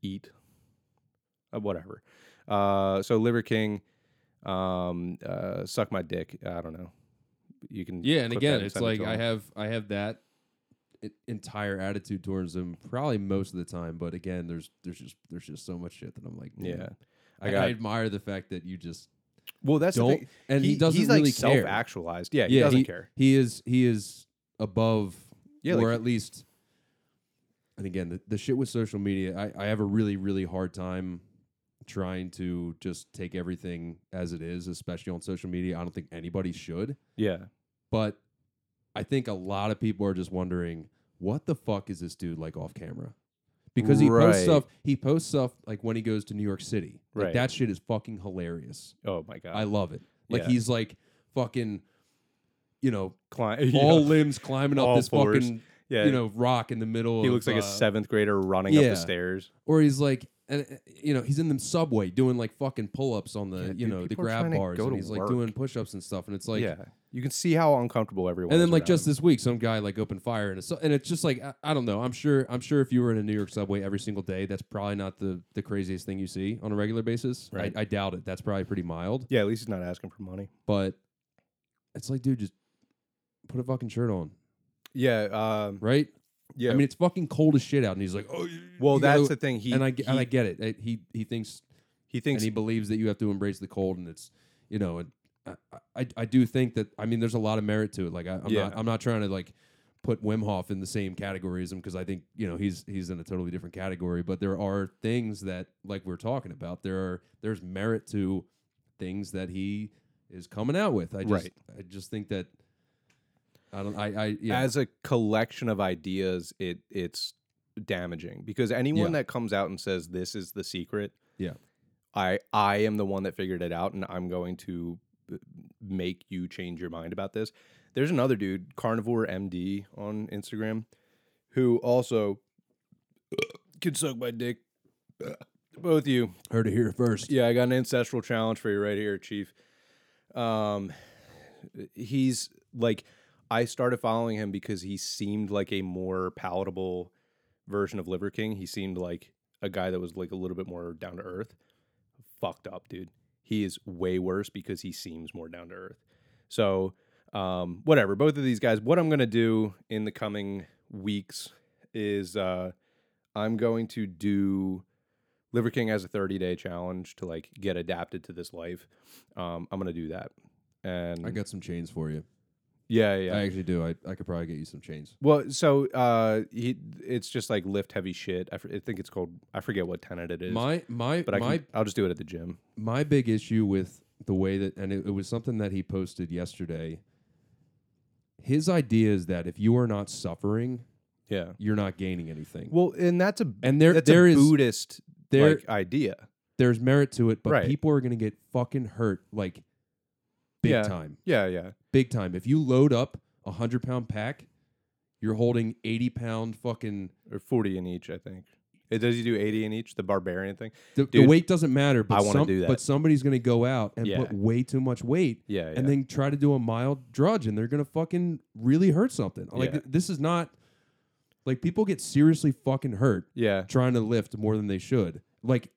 Eat, uh, whatever. Uh, so Liver King, um, uh, suck my dick. I don't know. You can.
Yeah, and
clip that
again, it's
send it
like
to
I
him.
have I have that e- entire attitude towards them probably most of the time, but again, there's there's just there's just so much shit that I'm like,
Yeah,
I,
I
I
got.
admire the fact that you just
well, that's the
don't,
thing.
and he, doesn't
he's
really
like
care.
self-actualized. Yeah, he doesn't care.
He is he is above,
Yeah,
or
like-
at least. And again, the, the shit with social media, I, I have a really really hard time trying to just take everything as it is, especially on social media. I don't think anybody should,
Yeah,
but I think a lot of people are just wondering what the fuck is this dude like off camera. Because he posts
Right.
stuff, he posts stuff like when he goes to New York City. Like
Right.
that shit is fucking hilarious.
Oh my god.
I love it. Like
Yeah.
he's like fucking, you know,
Cli- yeah.
all limbs climbing up
All
this
fours.
fucking,
yeah.
you know, rock in the middle.
he
of,
looks like
uh,
a seventh grader running up
yeah.
the stairs.
Or he's like, and uh, you know he's in the subway doing like fucking pull ups on the
Yeah,
you
dude,
know the
people are
grab
trying to
bars,
go
and
to
he's like
work.
doing push ups and stuff, and it's like
yeah, you can see how uncomfortable everyone.
and
is
then like
without
just
him.
this week, some guy like opened fire and so and it's just like I, I don't know. I'm sure I'm sure if you were in a New York subway every single day, that's probably not the the craziest thing you see on a regular basis.
Right.
I, I doubt it. That's probably pretty mild.
yeah. At least he's not asking for money.
But it's like, dude, just put a fucking shirt on,
Yeah, um,
right?
yeah.
I mean, it's fucking cold as shit out, and he's like, oh, you-
well,
you
that's
gotta-
the thing. He
and I ge-
he,
and I get it. It- He he thinks
he
and
thinks
he believes that you have to embrace the cold, and it's you know, and I, I I do think that I mean, there's a lot of merit to it. Like I, I'm
Yeah.
not I'm not trying to like put Wim Hof in the same category as him because I think you know he's he's in a totally different category. But there are things that like we're talking about. There are there's merit to things that he is coming out with. I just
Right.
I just think that. I don't. I. I. Yeah.
as a collection of ideas, it it's damaging because anyone
Yeah.
that comes out and says this is the secret,
Yeah.
I I am the one that figured it out, and I'm going to uh, make you change your mind about this. There's another dude, Carnivore MD on Instagram, who also can suck my dick. Both you.
Heard it here first.
Yeah, I got an ancestral challenge for you right here, Chief. Um, he's like, I started following him because he seemed like a more palatable version of Liver King. He seemed like a guy that was like a little bit more down to earth. Fucked up, dude. He is way worse because he seems more down to earth. So, um, whatever. Both of these guys. What I'm gonna do in the coming weeks is uh, I'm going to do. Liver King has a 30 day challenge to like get adapted to this life. Um, I'm gonna do that. And
I got some chains for you.
yeah, yeah.
I actually do. I, I could probably get you some chains.
well, so uh, he, it's just like lift heavy shit. I, f- I think it's called. I forget what tenant it is.
My my
but I
my
can, I'll just do it at the gym.
my big issue with the way that and it, it was something that he posted yesterday. His idea is that if you are not suffering,
Yeah.
you're not gaining anything.
Well, and that's a
and there
that's
there
a
is
Buddhist
there
like idea.
there's merit to it, but
Right.
people are gonna get fucking hurt like big
Yeah.
time.
Yeah, yeah,
Big time. If you load up a hundred pound pack, you're holding eighty pound fucking
or forty in each. I think. It, does he do eighty in each? The barbarian thing.
the, the
Dude,
weight doesn't matter, but
I wanna
some-
do that.
but somebody's gonna go out and
Yeah.
put way too much weight
Yeah, yeah.
and then try to do a mild drudge and they're gonna fucking really hurt something. Like
Yeah.
th- this is not like people get seriously fucking hurt
yeah,
trying to lift more than they should. Like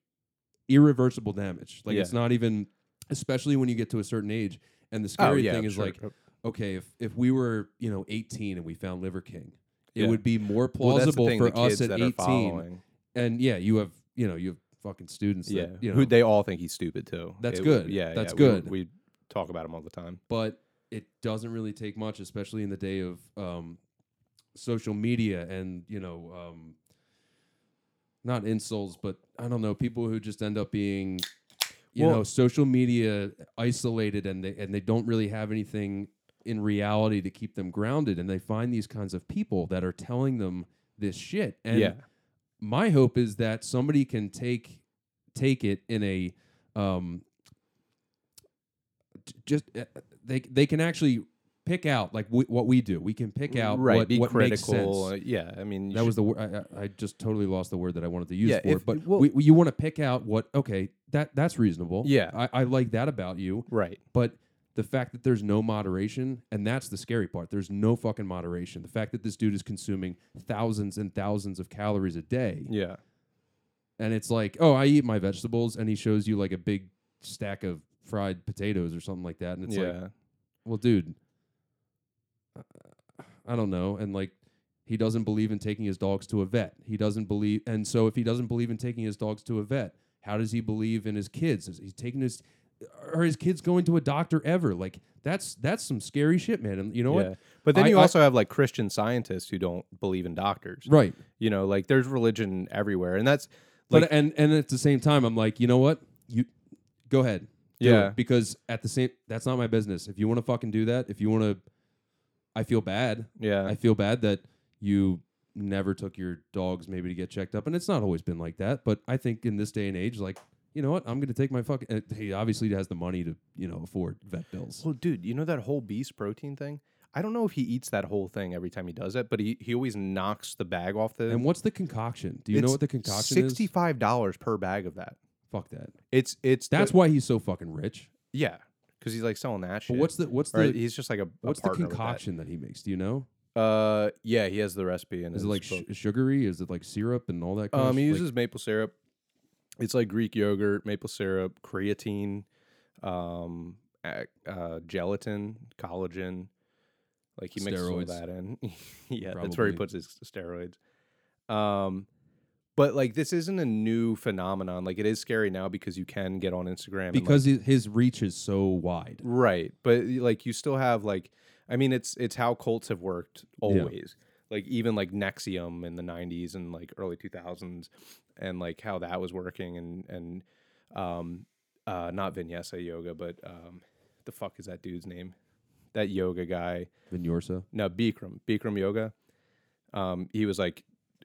irreversible damage. Like
Yeah. Oh,
it's not even especially when you get to a certain age. And the scary
yeah,
thing
I'm
is
sure.
like, okay, if if we were, you know, eighteen and we found Liver King, it
Yeah.
would be more
Well, that's the
plausible
thing, the
for us
kids
at
that are
eighteen.
following.
And yeah, you have you know, you have fucking students
Yeah,
that you know
who they all think he's stupid too.
That's
It-
good.
Yeah,
That's
yeah, we-
good.
We, talk about him all the time.
but it doesn't really take much, especially in the day of um, social media and you know, um, not insults, but I don't know, people who just end up being, you
Well-
know, social media isolated and they and they don't really have anything in reality to keep them grounded, and they find these kinds of people that are telling them this shit. And
Yeah.
my hope is that somebody can take take it in a um, j- just uh, they they can actually pick out like w- what we do. We can pick out
right,
what,
be
what makes
critical.
sense.
uh, yeah, I mean, you
That
should-
was the word. I, I just totally lost the word that I wanted to use
Yeah,
for
if-
it. But
well-
we, we- you want to pick out what okay that that's reasonable.
Yeah.
I, I like that about you.
right.
But the fact that there's no moderation, and that's the scary part. There's no fucking moderation. The fact that this dude is consuming thousands and thousands of calories a day,
Yeah,
and it's like, oh, I eat my vegetables, and he shows you like a big stack of fried potatoes or something like that, and it's like,
yeah.
well, dude, uh, I don't know. And like, he doesn't believe in taking his dogs to a vet. He doesn't believe, and so if he doesn't believe in taking his dogs to a vet, how does he believe in his kids? Is he taking his, are his kids going to a doctor ever? Like, that's that's some scary shit, man. And you know
yeah.
what?
But then
I-
you
I-
also have like Christian scientists who don't believe in doctors.
Right.
You know, like there's religion everywhere, and that's
But
like
and and at the same time, I'm like, you know what? You go ahead. Do
Yeah.
it, because at the same, that's not my business. If you want to fucking do that, if you want to, I feel bad.
yeah,
I feel bad that you never took your dogs maybe to get checked up, and it's not always been like that. But I think in this day and age, like you know what, I'm going to take my fucking. Uh, he obviously has the money to you know afford vet bills.
Well, dude, you know that whole beast protein thing? I don't know if he eats that whole thing every time he does it, but he, he always knocks the bag off the.
And what's the concoction? Do you know
It's
what the concoction is?
Sixty-five dollars per bag of that.
Fuck that.
It's it's the-
That's why he's so fucking rich.
yeah, because he's like selling that shit.
But what's the what's
or
the
he's just like a a
what's the
partner with that.
concoction that. he makes? Do you know?
Uh, yeah, he has the recipe and
Is it like sh- sugary? Is it like syrup and all that? Kind
um,
of
he
like-
uses maple syrup. It's like Greek yogurt, maple syrup, creatine, um, ac- uh, gelatin, collagen. Like he mixes all
Steroids.
that in. yeah, that's where he
Probably.
puts his steroids. Um, but like this isn't a new phenomenon. Like it is scary now because you can get on Instagram and, like,
because hi- his reach is so wide.
Right. But y- like you still have like I mean it's it's how cults have worked always. Like even like Nexium in the 90s and like early 2000s and like how that was working and and um uh not vinyasa yoga but um the fuck is that dude's name? That yoga guy.
Vinorsa.
No, Bikram. Bikram yoga. Um he was like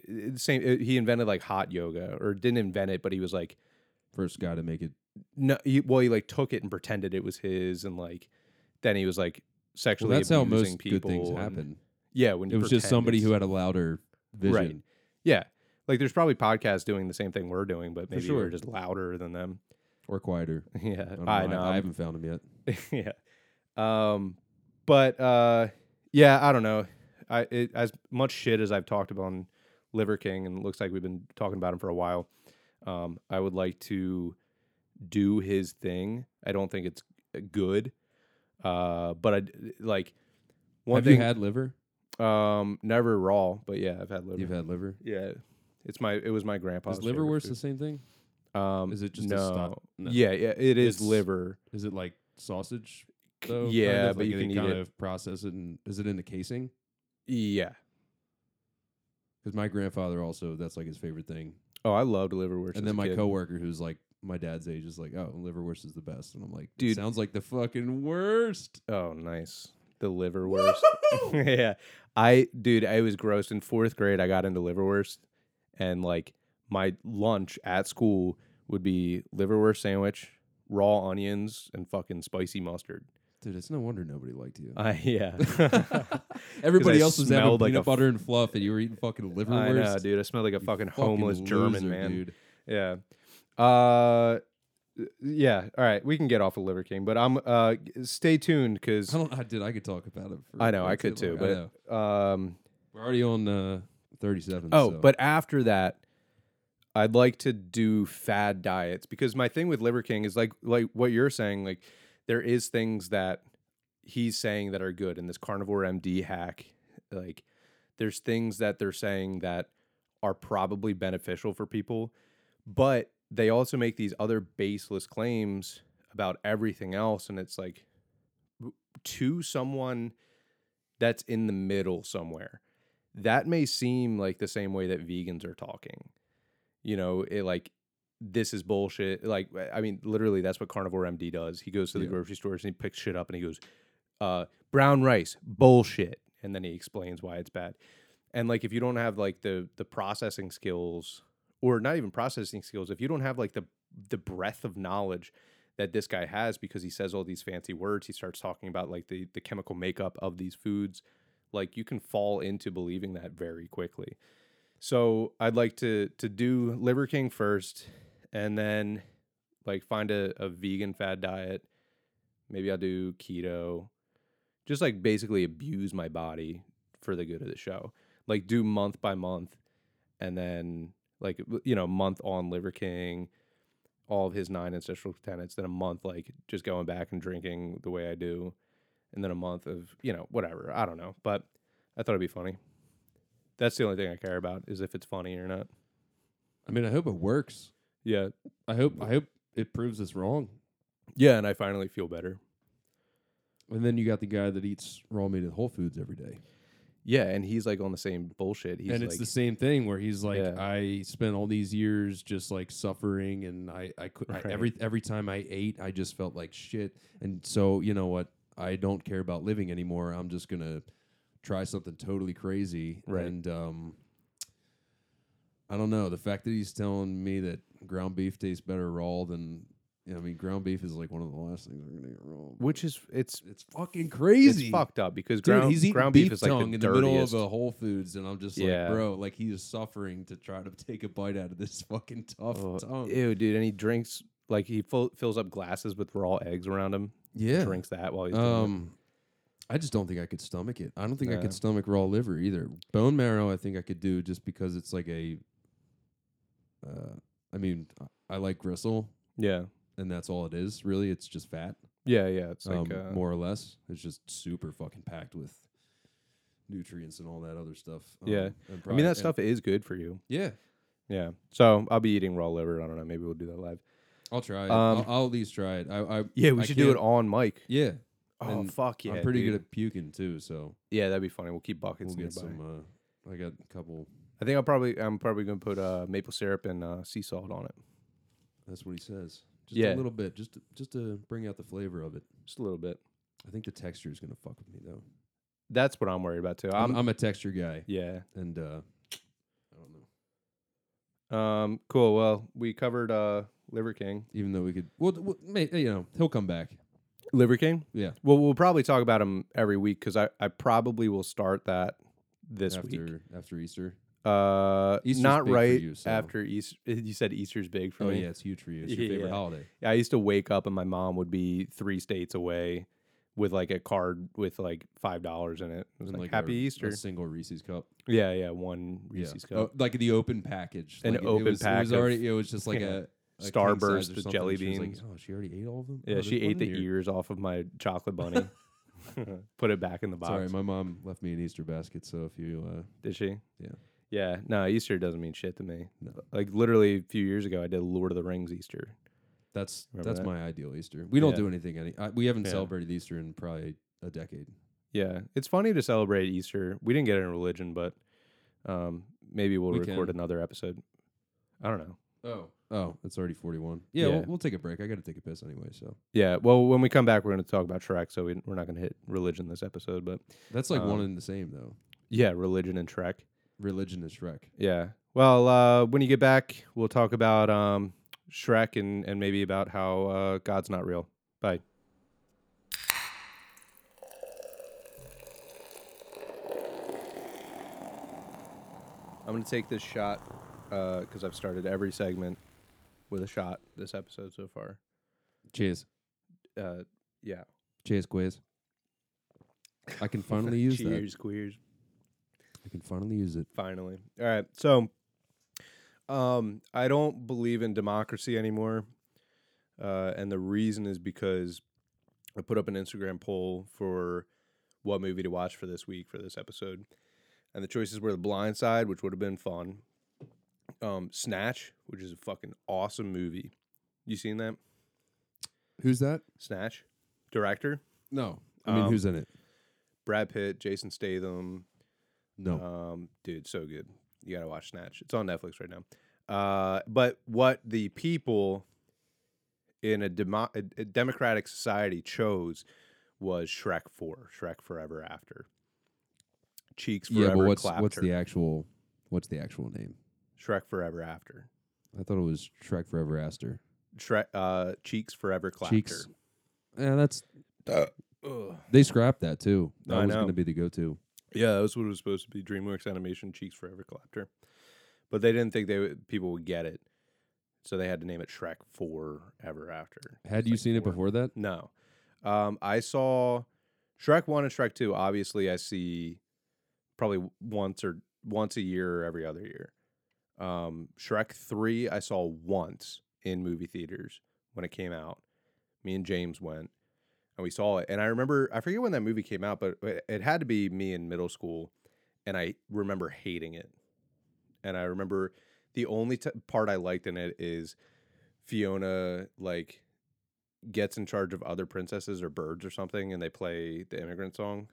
i- same eh, he invented like hot yoga or didn't invent it but he was like
first guy to make it.
no he, well he like took it and pretended it was his and like then he was like
Well,
sexually
that's how
abusing
most
people
good things
and-
happen.
yeah when you
It was just
pretend
somebody
it's-
who had a louder vision.
Right. yeah like there's probably podcasts doing the same thing we're doing but maybe
sure.
we're just louder than them
or quieter.
yeah
I, don't
i
know.
know
I, I haven't found him yet.
yeah um but uh yeah i don't know i it, as much shit as i've talked about on liver king and it looks like we've been talking about him for a while um i would like to do his thing i don't think it's good uh but i d- like one
Have
thing
you had liver?
um never raw but yeah i've had liver
You've had liver.
yeah it's my it was my grandpa's
Is liver
favorite
worse
food.
the same thing?
um
is it just a
no,
stock- no.
yeah yeah it is
It's-
liver
Is it like sausage?
C-
Though, kind
yeah
of?
but
Like,
you
they
can eat
kind
it
of process it. And, is it in the casing?
yeah
Because my grandfather also that's like his favorite thing.
oh i loved liverwurst as
and then
a
my
kid.
coworker who's like my dad's age is like, oh, liverwurst is the best. And I'm like, dude,
Dude.
sounds like the fucking worst.
Oh, nice. The liverwurst. yeah. I dude, I was grossed in 4th grade. I got into liverwurst and like my lunch at school would be liverwurst sandwich, raw onions and fucking spicy mustard.
Dude, it's no wonder nobody liked you.
I yeah.
Everybody
Uh, I
else was having
smelled like
peanut
a f-
butter and fluff, and you were eating fucking liverwurst.
I know, dude. I smelled like a
You
fucking homeless
fucking
German
loser,
man.
Dude.
Yeah. Uh yeah, all right. We can get off of Liver King, but I'm uh stay tuned
I
cuz
don't. I did. I could talk about it. For
I know,
way
I could too,
long.
but-
know.
um
we're already on uh, 37.
Oh,
so.
but after that, I'd like to do fad diets because my thing with Liver King is like like what you're saying, like there is things that he's saying that are good and this carnivore MD hack, like there's things that they're saying that are probably beneficial for people, but they also make these other baseless claims about everything else and it's like w- to someone that's in the middle somewhere that may seem like the same way that vegans are talking. You know, it like this is bullshit. Like uh, I mean, literally that's what Carnivore MD does. He goes to the
Yeah.
grocery stores and he picks shit up and he goes, uh, brown rice, bullshit. And then he explains why it's bad. And like if you don't have like the the processing skills or not even processing skills, if you don't have like the the breadth of knowledge that this guy has because he says all these fancy words, he starts talking about like the the chemical makeup of these foods like you can fall into believing that very quickly so i'd like to to do liver king first and then like find a, a vegan fad diet maybe i'll do keto just like basically abuse my body for the good of the show like do month by month and then like w- you know month on liver king all of his nine ancestral tenets then a month like just going back and drinking the way i do and then a month of you know whatever i don't know but i thought it'd be funny that's the only thing i care about is if it's funny or not
I mean, I hope it works.
yeah
I hope. I hope it proves us wrong.
yeah and i finally feel better
And then you got the guy that eats raw meat at Whole Foods every day.
yeah and he's like on the same bullshit he's
and
like
it's the same thing where he's like,
Yeah.
I spent all these years just like suffering, and I I could
Right.
I, every every time I ate, I just felt like shit. And so you know what? I don't care about living anymore. I'm just gonna try something totally crazy.
Right.
And um, I don't know. The fact that he's telling me that ground beef tastes better raw than I mean, ground beef is like one of the last things we're gonna get wrong. but
which is it's
it's fucking crazy.
it's fucked up because
Dude,
ground
he's eating
ground
beef,
beef, is like
tongue
the
in the middle of
dirtiest.
a Whole Foods, and I'm just
Yeah.
like, bro, like he is suffering to try to take a bite out of this fucking tough
Oh,
tongue.
ew, dude, and he drinks like he fill, fills up glasses with raw eggs around him.
yeah.
Drinks that while he's doing it.
Um, I just don't think I could stomach it. I don't think I
Yeah.
could stomach raw liver either. Bone marrow, I think I could do just because it's like a. Uh, I mean, I like gristle,
Yeah,
and that's all it is. Really, it's just fat,
yeah, yeah. It's like
um,
uh,
more or less. It's just super fucking packed with nutrients and all that other stuff.
Yeah.
um, and
I mean
prob-
that
and-
stuff is good for you.
Yeah,
Yeah. So I'll be eating raw liver. I don't know. Maybe we'll do that live.
I'll try. it.
Um,
I'll, I'll at least try it. I, I
Yeah, we
I
should do it
can't-
on mic.
yeah.
Oh
and
fuck yeah!
I'm pretty
dude.
good at puking too, so
Yeah, that'd be funny. We'll keep buckets
we'll get
nearby.
some. Uh, I got a couple.
I think I'll probably I'm probably gonna put uh, maple syrup and uh, sea salt on it.
That's what he says. Just
Yeah.
a little bit, just to, just to bring out the flavor of it.
Just a little bit.
I think the texture is gonna fuck with me though.
That's what I'm worried about too.
I'm,
I'm,
I'm a texture guy,
yeah.
and uh, I don't know.
Um. Cool. Well, we covered uh, Liver King.
Even though we could, well, th- well may, you know, he'll come back.
Liver King.
Yeah,
Well, we'll probably talk about him every week because I I probably will start that this
after
week.
after Easter.
Uh,
Easter's
not
big for
right
you, so-
after Easter. You said Easter's big for
Oh
me.
yeah, it's huge for you. It's your favorite
Yeah.
holiday.
I used to wake up and my mom would be three states away with like a card with like five dollars in it. It was
And,
like,
a-
Happy
a
Easter.
single Reese's cup.
yeah, yeah, one
Yeah.
Reese's
Oh,
cup.
like the open package.
An
like, it-
open
it was, It
pack
was
of-
already. It was just like
yeah.
a. a king size or
Starburst with
something.
jelly
She was like,
beans.
oh, she already ate all of them.
yeah,
Oh,
she
there's
ate
one
the
here."
ears off of my chocolate bunny. Put it back in the box.
Sorry, my mom left me an Easter basket. So if you, uh,
Did she?
Yeah.
Yeah. No, Easter doesn't mean shit to me.
No.
Like literally a few years ago, I did Lord of the Rings Easter.
That's
Remember
that's
that?
my ideal Easter. We don't
Yeah.
do anything any. I, we haven't
Yeah.
celebrated Easter in probably a decade.
Yeah, it's funny to celebrate Easter. We didn't get into religion, but um, maybe we'll
We
record
can.
another episode. I don't know.
Oh, oh, it's already forty-one. Yeah, We'll,
Yeah.
we'll take a break. I got to take a piss anyway. So
Yeah. Well, when we come back, we're going to talk about Shrek. So we, we're not going to hit religion this episode, but
that's like one
Um,
and the same though.
yeah, religion and Shrek.
Religion is Shrek.
Yeah. Well, uh, when you get back, we'll talk about um, Shrek and, and maybe about how uh, God's not real. Bye. I'm going to take this shot because I've started every segment with a shot this episode so far.
Cheers,
Uh, yeah.
cheers, quiz. I can finally use that.
Cheers, queers.
I can finally use it.
Finally. All right. So um I don't believe in democracy anymore. Uh and the reason is because I put up an Instagram poll for what movie to watch for this week for this episode. And the choices were The Blind Side, which would have been fun. Um Snatch, which is a fucking awesome movie. You seen that?
Who's that?
Snatch? Director?
No, I mean
Um,
who's in it?
Brad Pitt, Jason Statham,
No,
Um, dude, so good. You gotta watch Snatch. It's on Netflix right now. Uh, but what the people in a, demo- a a democratic society chose was Shrek Four, Shrek Forever After, Cheeks Forever,
yeah, but what's
Clapter,
what's the actual what's the actual name?
Shrek Forever After,
I thought it was Shrek Forever Aster.
Shrek uh, Cheeks Forever Clapter.
Cheeks. Yeah, that's
Ugh.
they scrapped that too. That
I
was
know.
going to be the go-to.
Yeah, that was what it was supposed to be. DreamWorks Animation Cheeks Forever Clapter, but they didn't think they would, people would get it, so they had to name it Shrek Forever After.
Had
It's
you
like
seen it
four.
before that?
No. Um, I saw Shrek 1 and Shrek 2. Obviously, I see probably w- once or once a year or every other year. Um, Shrek 3 I saw once in movie theaters when it came out. Me and James went and we saw it. And I remember I forget when that movie came out, but it- it had to be me in middle school and I remember hating it. And I remember the only t- part I liked in it is Fiona like gets in charge of other princesses or birds or something, and they play the immigrant song.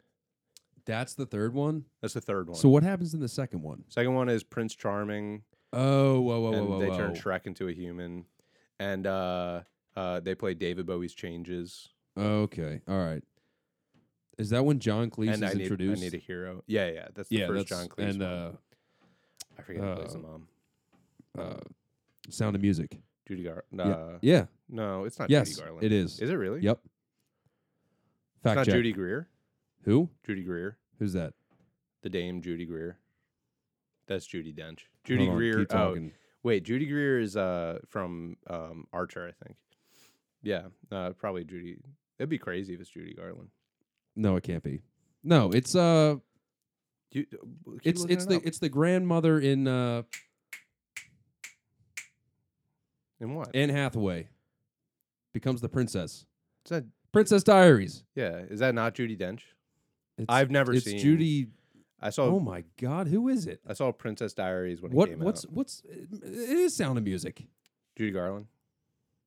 That's the third one.
That's the third one.
So what happens in the second one?
Second one is Prince Charming,
Oh, whoa, whoa, whoa,
and
whoa,
they
whoa.
turn Shrek into a human, and uh, uh, they play David Bowie's Changes.
okay, all right. Is that when John Cleese
and
is
I need,
introduced?
I need a hero. Yeah, yeah, that's the
yeah,
first
that's
John Cleese.
and
one.
uh,
I forget who plays the
uh,
mom.
uh, Sound of Music.
Judy Garland.
Yeah.
Uh,
Yeah.
No, it's not
Yes,
Judy Garland.
it is.
Is it really?
Yep.
It's
Fact
not
check.
Judy Greer.
Who?
Judy Greer.
Who's that?
The dame Judy Greer. That's Judy Dench. Judy
Hold on,
Greer.
keep
oh,
talking.
wait. Judy Greer is uh, from um, Archer, I think. Yeah. Uh, probably Judy. It'd be crazy if it's Judy Garland.
No, it can't be. No, it's uh,
You, keep
it's
looking
it's
it
the
up.
it's the grandmother in uh
in what?
Anne Hathaway becomes the princess.
Is that,
Princess Diaries.
yeah. Is that not Judy Dench?
It's,
I've never
it's
seen-
Judy.
I saw.
Oh my God, who is it?
I saw Princess Diaries when it
What
came
what's
out.
what's it is Sound of Music.
Judy Garland.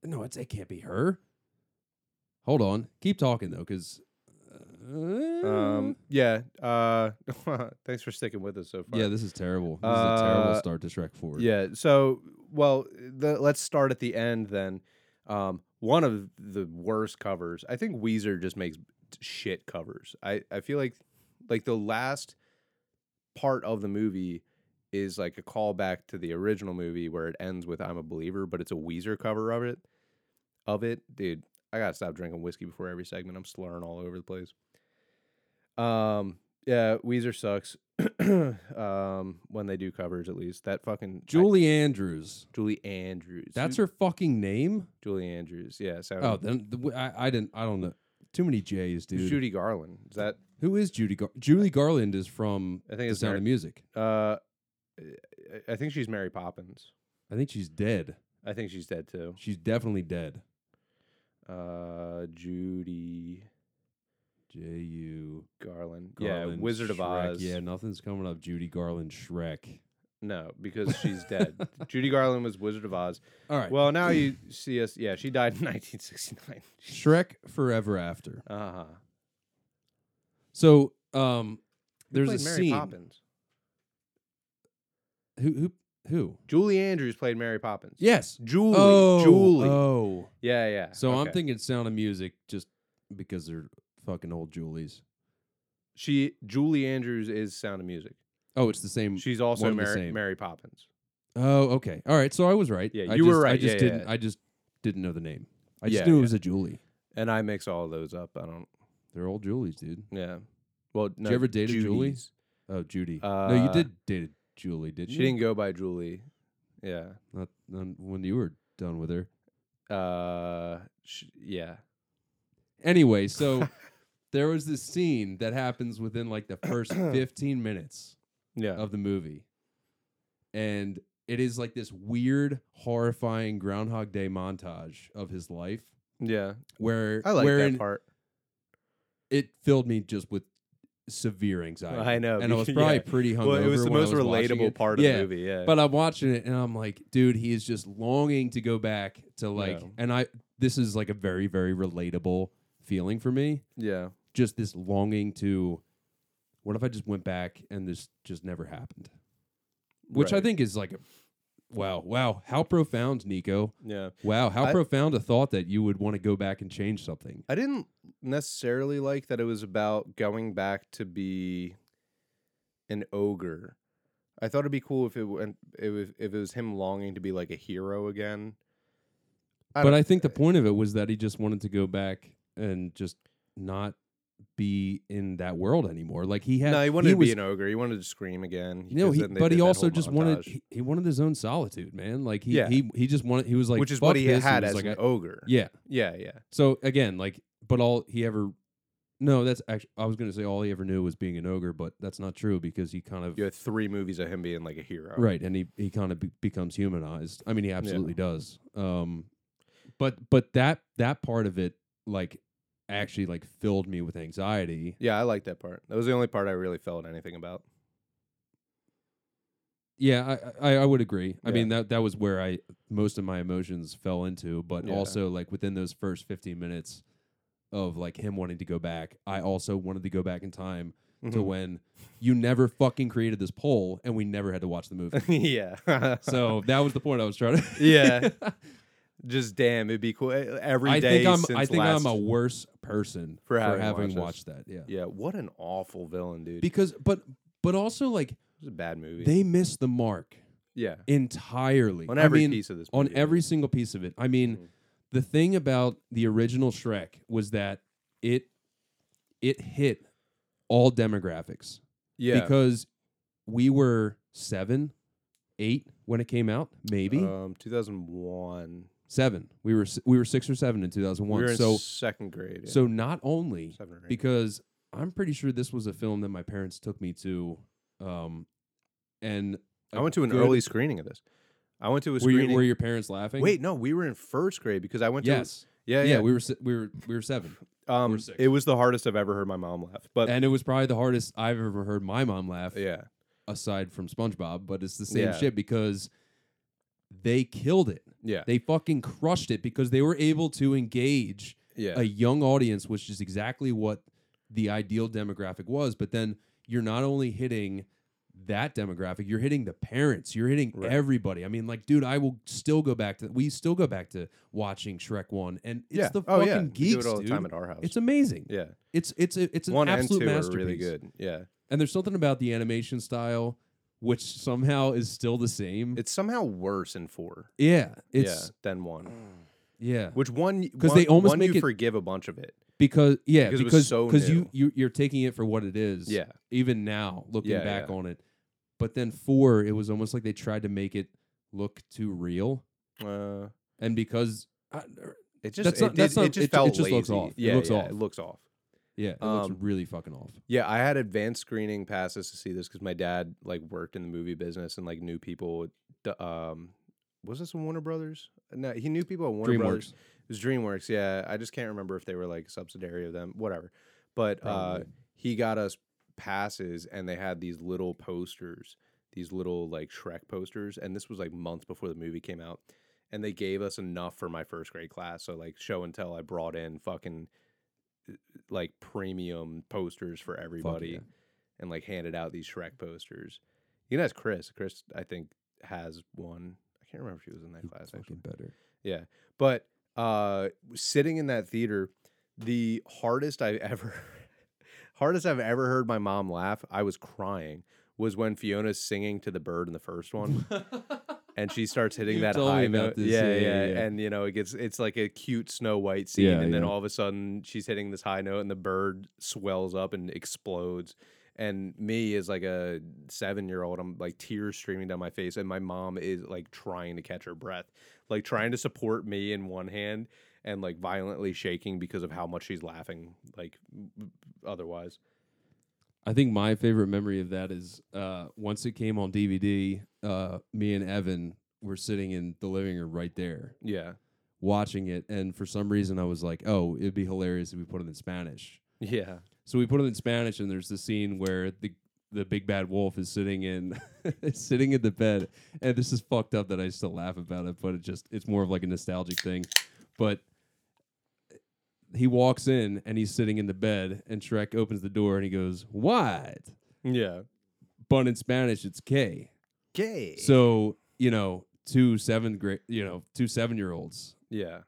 No, it's, it can't be her. Hold on, keep talking though, uh, because Mm.
Um. Yeah. Uh. thanks for sticking with us so far.
yeah, this is terrible. This is a terrible
Uh,
start to Shrek Four.
Yeah. So, well, the, let's start at the end then. Um, one of the worst covers. I think Weezer just makes shit covers. I I feel like like the last part of the movie is like a callback to the original movie where it ends with "I'm a believer," but it's a Weezer cover of it. Of it, dude. I gotta stop drinking whiskey before every segment. I'm slurring all over the place. Um. Yeah, Weezer sucks. um, when they do covers, at least that fucking I-
Julie Andrews.
Julie Andrews.
That's her fucking name.
Julie Andrews. Yeah. So
Oh, then the, w- I, I didn't. I don't know. Too many J's, dude.
Judy Garland. Is that?
Who is Judy? Gar- Julie Garland is from
I think
The
it's
Sound
Mary,
of Music.
uh, I- I think she's Mary Poppins.
I think she's dead.
I think she's dead too.
She's definitely dead.
Uh, Judy
J U
Garland.
Garland.
yeah, Wizard of
Shrek.
Oz.
Yeah, nothing's coming up. Judy Garland Shrek.
No, because she's dead. Judy Garland was Wizard of Oz.
All right.
Well, now you see us. Yeah, she died in 1969.
Shrek Forever After.
Uh huh.
So um, there's a
played Mary
scene.
Poppins.
Who who who?
Julie Andrews played Mary Poppins.
Yes.
Julie.
oh,
Julie.
Oh.
Yeah, yeah.
So I'm
okay.
thinking Sound of Music just because they're fucking old Julies.
she Julie Andrews is Sound of Music.
Oh, it's the same.
She's also
one and the
Mary,
same.
Mary Poppins.
Oh, okay. All right. So I was right.
Yeah,
I
you were
just- I
right.
just
Yeah, yeah,
didn't.
yeah.
I just didn't know the name. I just
Yeah,
knew it
yeah.
was a Julie.
And I mix all those up. I don't.
They're old Julies, dude.
Yeah. Well, no,
you ever date a Julie?
Judy's.
Oh, Judy. no, you
Uh,
did date a Julie, didn't
She
you?
didn't go by Julie. Yeah.
Not, not when you were done with her.
Uh. Sh- yeah.
Anyway, so there was this scene that happens within like the first 15 minutes
Yeah.
of the movie. And it is like this weird, horrifying Groundhog Day montage of his life
yeah.
where,
I like
where
that part.
it filled me just with severe anxiety.
I know,
And I was
yeah.
probably pretty hungover.
Well, it was the
when I
most
watching
relatable
it.
part of
Yeah,
the movie. Yeah.
But I'm watching it and I'm like, dude, he is just longing to go back to like,
No.
and I, this is like a very, very relatable feeling for me.
yeah.
Just this longing to, what if I just went back and this just never happened? Which I
Right.
think is like a, wow, wow, how profound, Nico.
Yeah.
Wow, how
I-
profound a thought that you would want to go back and change something.
I didn't necessarily like that it was about going back to be an ogre. I thought it'd be cool if it went, it was if it was him longing to be like a hero again. I
but
don't-
I think the point of it was that he just wanted to go back and just not be in that world anymore. Like he had,
no, he wanted to
was,
be an ogre. He wanted to scream again.
no,
'cause
he,
then they
but
did
he
that
also
whole
just wanted
montage,
he, he wanted his own solitude, man. Like he
Yeah.
he, he just wanted he was like,
which is what
"Fuck
he
this,"
had
was
as
like,
an
I-
ogre.
yeah.
yeah, yeah.
So again, like, but all he ever, no, that's actually I was gonna say all he ever knew was being an ogre, but that's not true because he kind of
You had three movies of him being like a hero.
right and he, he kind of be- becomes humanized i mean he absolutely does um but but that that part of it like actually like filled me with anxiety
Yeah, I like that part. That was the only part I really felt anything about.
yeah i i, I would agree i
Yeah.
mean that that was where i most of my emotions fell into but
Yeah.
also like within those first 15 minutes of like him wanting to go back i also wanted to go back in time to
Mhm.
when you never fucking created this poll and we never had to watch the movie
yeah.
so that was the point i was trying to
yeah, just damn, it'd be cool. e, Every
I
day
think I'm
since
I think
last
I'm a worse person
For
for,
having
having,
watched this.
watched that. Yeah.
Yeah, what an awful villain, dude.
Because but but also like
it was a bad movie.
they missed the mark.
Yeah.
entirely.
On
I
every
mean,
piece of this
on
movie, yeah.
every single piece of it. I mean,
Mhm.
the thing about the original Shrek was that it it hit all demographics
Yeah.
because we were seven, eight when it came out, maybe
um, 2001.
seven. We were s- we were six or seven in two thousand
We were
one.
in
So
second grade. yeah.
so not only
seven or eight.
because I'm pretty sure this was a film that my parents took me to, um, and
I went to an
good-
early screening of this. I went to a
Were,
screening.
you, were your parents laughing?
Wait, no, we were in first grade because I went to.
Yes.
Yeah,
yeah,
yeah.
we were se- we were we were seven,
um,
were six.
it was the hardest I've ever heard my mom laugh. But
and it was probably the hardest I've ever heard my mom laugh,
Uh, yeah,
aside from SpongeBob. But it's the same
Yeah.
shit because they killed it.
yeah,
They fucking crushed it because they were able to engage
yeah,
a young audience, which is exactly what the ideal demographic was. But then you're not only hitting that demographic, you're hitting the parents, you're hitting
Right.
everybody. I mean, like, dude, I will still go back to we still go back to watching Shrek One, and it's
yeah.
the
oh
fucking
yeah,
geeks,
we do it all
dude.
the time at our house.
it's amazing.
yeah,
It's it's a, it's an
one and
absolute
two are
masterpiece.
really good. Yeah,
And there's something about the animation style which somehow is still the same.
it's somehow worse in four.
yeah, it's
yeah, than one.
yeah,
Which one?
'Cause they
one-
almost
one
make
you
it-
forgive a bunch of it.
because yeah
Because
because
it was
because,
so new.
you, you you're taking it for what it is.
Yeah,
even now looking
Yeah,
back
yeah.
on it. But then four, it was almost like they tried to make it look too real,
uh,
and because I,
it just
That's
it,
not- that's
did- it
not-
just
it-
felt
it just
lazy.
looks off. It
Yeah,
looks
yeah,
off.
It looks off.
yeah, it
Um,
looks really fucking off.
Yeah, I had advanced screening passes to see this because my dad like worked in the movie business and like knew people. at the- Um, was this Warner Brothers? No, he knew people at Warner Brothers.
DreamWorks,
It was DreamWorks. Yeah, I just can't remember if they were like a subsidiary of them, whatever. But uh,
Probably.
he got us passes, and they had these little posters, these little like Shrek posters, and this was like months before the movie came out, and they gave us enough for my first grade class. So like show and tell, I brought in fucking uh, like premium posters for everybody,
yeah.
and like handed out these Shrek posters. You can ask Chris. Chris, I think has one. I can't remember if she was in that
He
class.
fucking
Actually.
better.
Yeah. But uh sitting in that theater, the hardest I've ever hardest I've ever heard my mom laugh, I was crying, was when Fiona's singing to the bird in the first one and she starts hitting
You
that
told me
high
about
note.
this.
Yeah,
Yeah,
yeah,
yeah, yeah.
And you know, it gets it's like a cute Snow White scene
Yeah,
and then
yeah.
all of a sudden she's hitting this high note and the bird swells up and explodes. And me as like a seven year old, I'm like tears streaming down my face, and my mom is like trying to catch her breath, like trying to support me in one hand and like violently shaking because of how much she's laughing, like otherwise.
I think my favorite memory of that is uh, once it came on DVD. Uh, me and Evan were sitting in the living room right there,
Yeah.
watching it, and for some reason I was like, "Oh, it'd be hilarious if we put it in Spanish."
Yeah.
So we put it in Spanish, and there's the scene where the the big bad wolf is sitting in sitting in the bed, and this is fucked up that I still laugh about it, but it just it's more of like a nostalgic thing. But he walks in and he's sitting in the bed, and Shrek opens the door and he goes, "What?"
Yeah.
But in Spanish, it's K.
Gay.
So you know, two seventh grade, you know, two seven year olds,
yeah.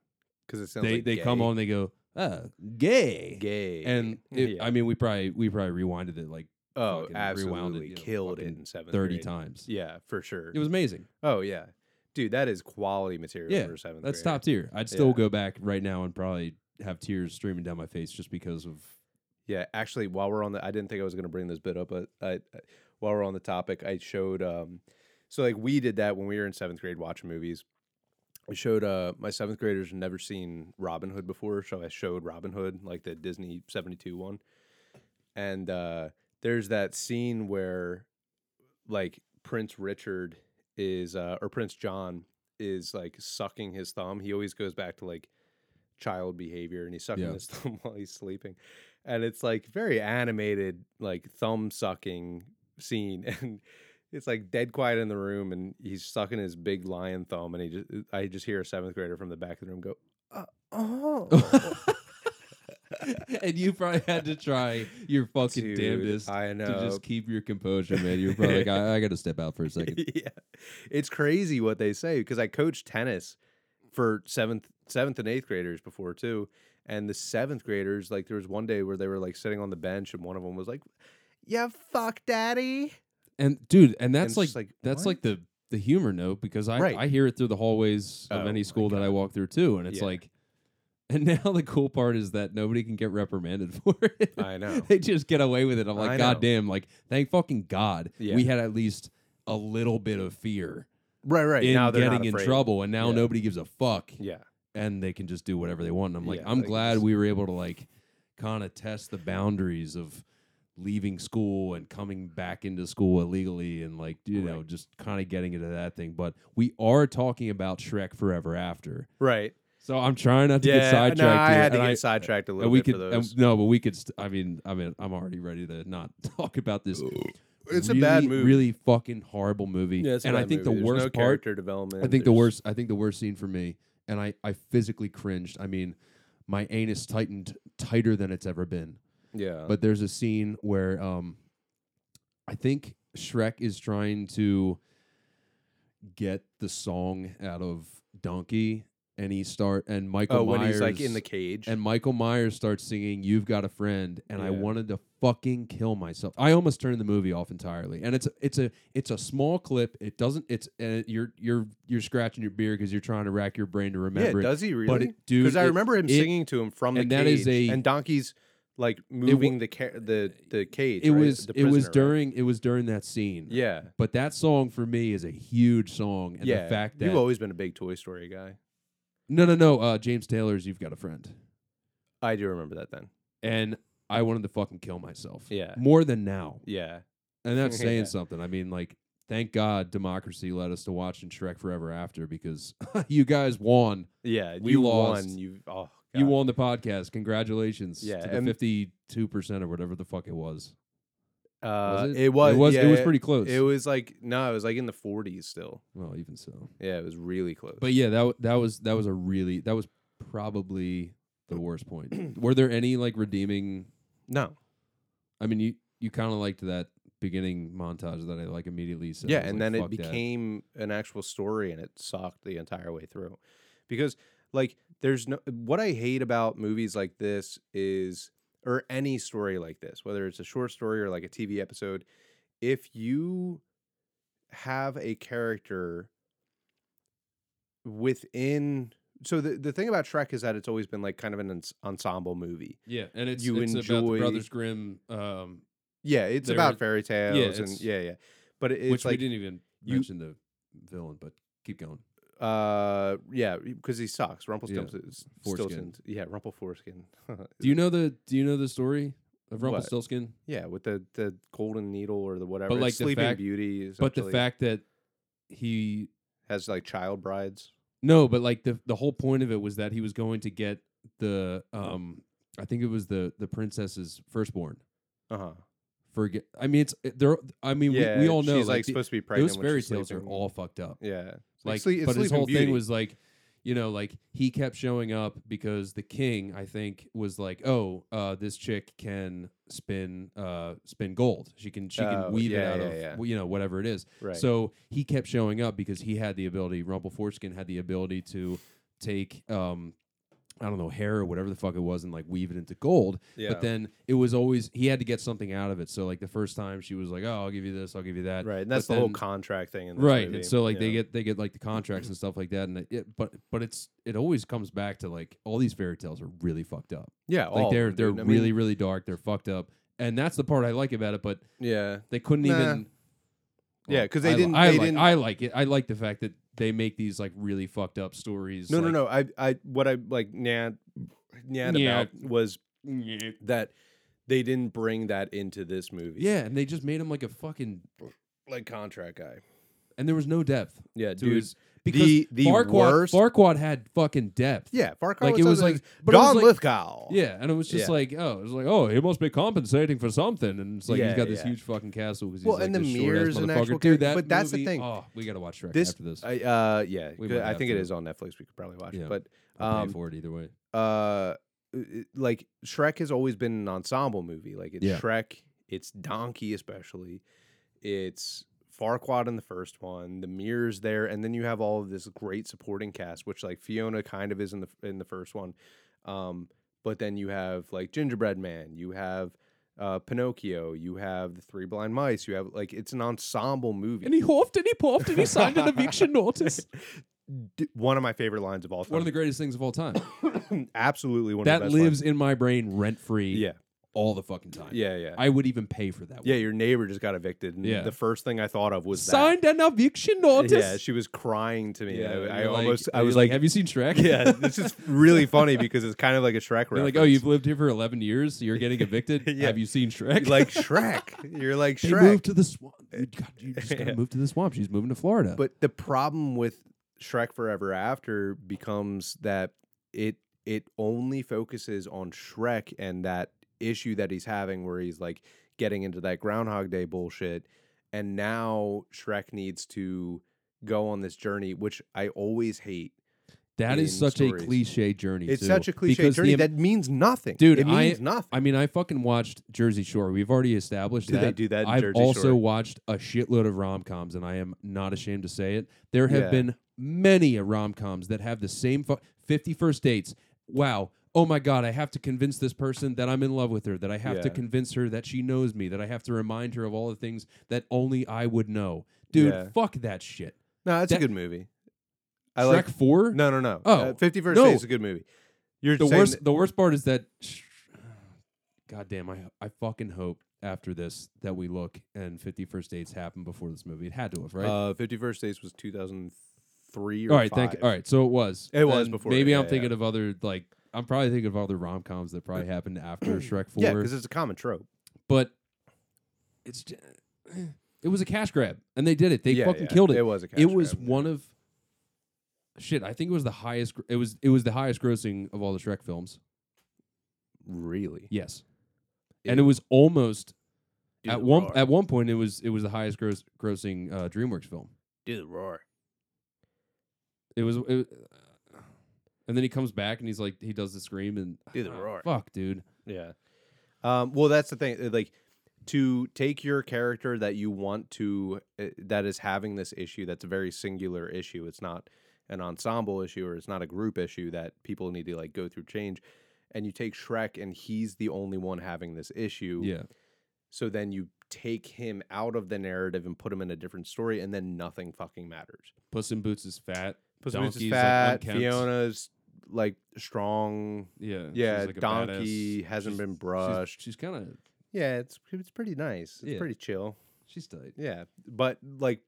Because it sounds
they
like
they come
gay.
on, they go, "Uh, gay."
gay.
And it,
Yeah.
I mean, we probably we probably rewinded it like
oh,
fucking rewound
absolutely
it, you know,
killed it
fucking
in seventh,
30
grade.
times.
Yeah, for sure.
It was amazing.
oh yeah, dude, that is quality material
Yeah,
for seventh.
That's
grade.
top tier. I'd still
Yeah.
go back right now and probably have tears streaming down my face just because of
Yeah, actually, while we're on the, I didn't think I was going to bring this bit up, but I, I- while we're on the topic, I showed. um So like we did that when we were in seventh grade watching movies. I showed uh my seventh graders had never seen Robin Hood before, so I showed Robin Hood like the Disney seventy two one, and uh there's that scene where like Prince Richard is uh or Prince John is like sucking his thumb. He always goes back to like child behavior and he's sucking
Yeah.
his thumb while he's sleeping. And it's like very animated, like thumb sucking scene. And it's like dead quiet in the room and he's sucking his big lion thumb and he just uh, I just hear a seventh grader from the back of the room go, uh, oh
and you probably had to try your fucking
Dude,
damnedest
I know.
to just keep your composure, man. You're probably like, I, I gotta step out for a second.
yeah, it's crazy what they say because I coached tennis for seventh, seventh and eighth graders before too, and the seventh graders like there was one day where they were like sitting on the bench and one of them was like, "Yeah, fuck, daddy,"
And dude, and
And
that's
it's
like,
just like,
that's
what?
like the the humor note because I,
Right.
I hear it through the hallways of
Oh,
any
my
school that I walk through too, and it's
Yeah.
like, and now the cool part is that nobody can get reprimanded for it.
I know.
they just get away with it. I'm
I
like,
know.
God damn! Like, thank fucking God,
Yeah.
we had at least a little bit of fear
Right, right.
in
now they're
getting
not
in
afraid.
trouble, and now
Yeah.
nobody gives a fuck,
Yeah.
and they can just do whatever they want. And I'm like,
Yeah,
I'm
they can
glad
just-
we were able to like kind of test the boundaries of leaving school and coming back into school illegally and like you know
Right.
just kind of getting into that thing but we are talking about shrek forever after
Right.
so i'm trying not to
yeah.
get sidetracked
no, I
here,
had to
and
get
I-
sidetracked a
and
little
we
bit
could
for
and-
those.
no, but we could. St- I mean, I mean, I'm already ready to not talk about this.
It's a
really,
bad movie.
Really fucking horrible movie.
Yeah, it's a
and I
bad
think
movie.
the
There's
worst
no
part.
character development.
I think the
There's-
worst. I think the worst scene for me, and I, I physically cringed. I mean, my anus tightened tighter than it's ever been.
Yeah.
But there's a scene where um, I think Shrek is trying to get the song out of Donkey, and he start and Michael
oh, when he's like
Myers-
in the cage.
and Michael Myers starts singing "You've Got a Friend," and I
Yeah.
wanted to fucking kill myself. I almost turned the movie off entirely. And it's a, it's a it's a small clip. It doesn't. It's uh, you're you're you're scratching your beard because you're trying to rack your brain to
yeah,
remember. it.
does he
But
really?
it, dude,
Because I
it-
remember him
it-
singing to him from
and
the
that
cage,
is a-
and Donkey's like moving the ca- the the cage.
It
right?
was
The
it was
prisoner, right?
during it was during that scene.
Yeah,
But that song for me is a huge song, and
yeah.
the fact that
you've always been a big Toy Story guy.
no no no uh, James Taylor's "You've Got a Friend,"
I do remember that then.
and I wanted to fucking kill myself.
Yeah.
more than now.
Yeah,
And that's saying
Yeah.
something. I mean, like, thank God democracy led us to watching Shrek Forever After because you guys won.
yeah.
We
you
lost.
won. You oh,
You
God.
won the podcast. Congratulations
Yeah,
to
and-
the 52% or whatever the fuck it was.
Uh,
was it?
it was.
It was,
yeah,
it was
yeah.
pretty close.
It was like no, it was like in the 40s still.
well, even so.
Yeah, it was really close.
But yeah, that w- that was that was a really that was probably the worst point. Were there any like redeeming
no,
I mean, you you kind of liked that beginning montage that I like immediately said.
yeah,
I was
and
like,
then it
"Fuck that."
became an actual story, and it sucked the entire way through, because like there's no what I hate about movies like this is or any story like this, whether it's a short story or like a TV episode, if you have a character within so the, the thing about Shrek is that it's always been like kind of an ens- ensemble movie.
Yeah, and it's
you
it's about the
enjoy-
Brothers Grimm um
Yeah, it's
There
about
is-
fairy tales and
it's-
yeah, yeah. But it- it's
which we
like
didn't even
you-
mention the villain, but keep going.
Uh, yeah, because he sucks. Rumpelstiltskin.
Foreskin.
Stiltskin. Yeah, Rumpel foreskin.
Do you know the Do you know the story
What?
of Rumpelstiltskin?
yeah, with the the golden needle or the whatever.
like,
it's
the
Sleeping
fact-
Beauty.
But the
essentially
fact that he
has like child brides.
no, but like the the whole point of it was that he was going to get the um I think it was the the princess's firstborn.
Uh huh.
Forget. I mean, it's it- there. I mean,
Yeah,
Uh-huh. we, we all know
she's like,
the-
supposed to be pregnant.
those
when
fairy
she's
tales are
sleeping.
all fucked up.
Yeah, It's
like
Sle- it's
but his
Sleeping
whole
Beauty.
thing was like you know like he kept showing up because the king i think was like oh uh this chick can spin uh spin gold she can she
Oh,
can weave it
yeah,
out
yeah,
of
yeah.
well, you know whatever it is
right.
so he kept showing up because he had the ability rumple foreskin had the ability to take um i don't know hair or whatever the fuck it was and like weave it into gold
yeah.
but then it was always he had to get something out of it so like the first time she was like oh i'll give you this i'll give you that
right, and that's
but
the whole
then-
contract thing. In this
right
movie.
and so like they
Yeah.
get they get like the contracts and stuff like that and it, it- but but it's it always comes back to like all these fairy tales are really fucked up
yeah, all
like
of
they're
them,
they're
Oh, dude. I mean,
really really dark they're fucked up and that's the part i like about it but
yeah,
they couldn't
Nah.
even Oh,
Yeah, 'cause they
I li-
didn't-
I
they
like,
didn't-
i like it i like the fact that they make these like really fucked up stories
no, no,
like,
no. I I what I like Nan, Nan
Yeah.
about was
no
that they didn't bring that into this movie.
yeah and they just made him like a fucking
like contract guy.
and there was no depth
Yeah,
to
dude.
his because
the- the
Farquaad,
worst-
Farquaad had fucking depth
yeah, Farquaad
like
was
it was
something-
like but it was
Don
like-
Lithgow.
Yeah, and it was just
Yeah.
like, oh, it was like, oh, he must be compensating for something, and it's like he's
Yeah,
got this
yeah.
huge fucking castle. 'cause He's
Well,
like
and the
this
mirror's
short-ass
an
motherfucker.
actual
Dude,
character,
that
but that's the
movie-
thing.
Oh, we gotta watch Shrek
This-
after this.
I, uh, yeah,
We
good-
might
I
have
think it
to.
is on Netflix. We could probably watch
Yeah.
it, but
I'll pay
um,
for it either way.
uh, it- like Shrek has always been an ensemble movie. Like it's
Yeah.
Shrek, it's Donkey especially, it's Farquaad in the first one. The mirrors there, and then you have all of this great supporting cast, which like Fiona kind of is in the in the first one, um, but then you have like Gingerbread Man, you have uh, Pinocchio. You have the Three Blind Mice. You have like it's an ensemble movie.
And he huffed and he puffed and he signed an eviction notice.
D- one of my favorite lines of all time.
One of the greatest things of all time.
absolutely one of the
that
best
lives in my brain rent free
Lines. Yeah,
all the fucking time.
yeah, yeah.
I would even pay for that
yeah,
one.
your neighbor just got evicted, and
Yeah.
the first thing I thought of was that.
signed an eviction notice.
Yeah, she was crying to me. I, I
you're like-
almost, I
you're
was like,
have you seen Shrek?
yeah, this is really funny because it's kind of like a Shrek
They're
reference.
like, oh, you've lived here for 11 years. You're getting evicted.
Yeah.
Have you seen Shrek?
You're like Shrek. You're like
they
Shrek.
moved to the swamp. You, God, you just gotta
Yeah.
move to the swamp. She's moving to Florida.
But the problem with Shrek Forever After becomes that it it only focuses on Shrek and that issue that he's having where he's like getting into that Groundhog Day bullshit. And now Shrek needs to go on this journey, which I always hate.
that is
in
such
stories.
a cliche journey.
It's
too,
such a cliche
because the
journey
am-
that means nothing.
Dude,
it
I-
means nothing.
I mean, I fucking watched Jersey Shore. We've already established
Do
that.
they do that in
I've
Jersey
also
Shore?
watched a shitload of rom coms, and I am not ashamed to say it. There have
Yeah.
been many a rom coms that have the same fu- 50 first dates. Wow. Oh my God, I have to convince this person that I'm in love with her, that I have to
Yeah.
convince her that she knows me, that I have to remind her of all the things that only I would know. Dude,
Yeah.
fuck that shit.
no, it's
that-
a good movie. I
Shrek
like
4?
No, no, no.
Oh,
Fifty First
no.
Dates is a good movie. You're
the
saying
worst
that-
the worst part is that god damn i i fucking hope after this that we look and 50 first dates happen before this movie it had to have right
Uh, Fifty First Dates was two thousand three.
all right thank all right so it was
It was
Then
before
maybe
it,
i'm
yeah,
thinking of other like i'm probably thinking of other rom-coms that probably happened after shrek 4
Yeah, because it's a common trope.
but it's j- it was a cash grab and they did it they
Yeah,
fucking
yeah,
killed it
It was a cash
it was
grab.
one of shit i think it was the highest gr- it was it was the highest grossing of all the shrek films
really
yes and it was almost at
Dude,
one
roar.
at one point it was it was the highest gross grossing uh, DreamWorks film.
do the roar.
It was, it, and then he comes back and he's like he does the scream and
Do the
ah,
roar.
Fuck, dude.
Yeah. Um, well, that's the thing. uh, Like to take your character that you want to uh, that is having this issue. That's a very singular issue. It's not an ensemble issue or it's not a group issue that people need to like go through change. And you take Shrek, and he's the only one having this issue.
Yeah,
So then you take him out of the narrative and put him in a different story, and then nothing fucking matters.
Puss in Boots is fat.
Puss in Boots is
Donkey's, like,
fat.
unkempt.
Fiona's like strong.
Yeah,
Yeah,
she's like a badass.
donkey hasn't
She's-
been
she's-
brushed.
She's, kind of
Yeah, it's it's pretty nice. It's
Yeah.
pretty chill.
she's tight.
Yeah, but like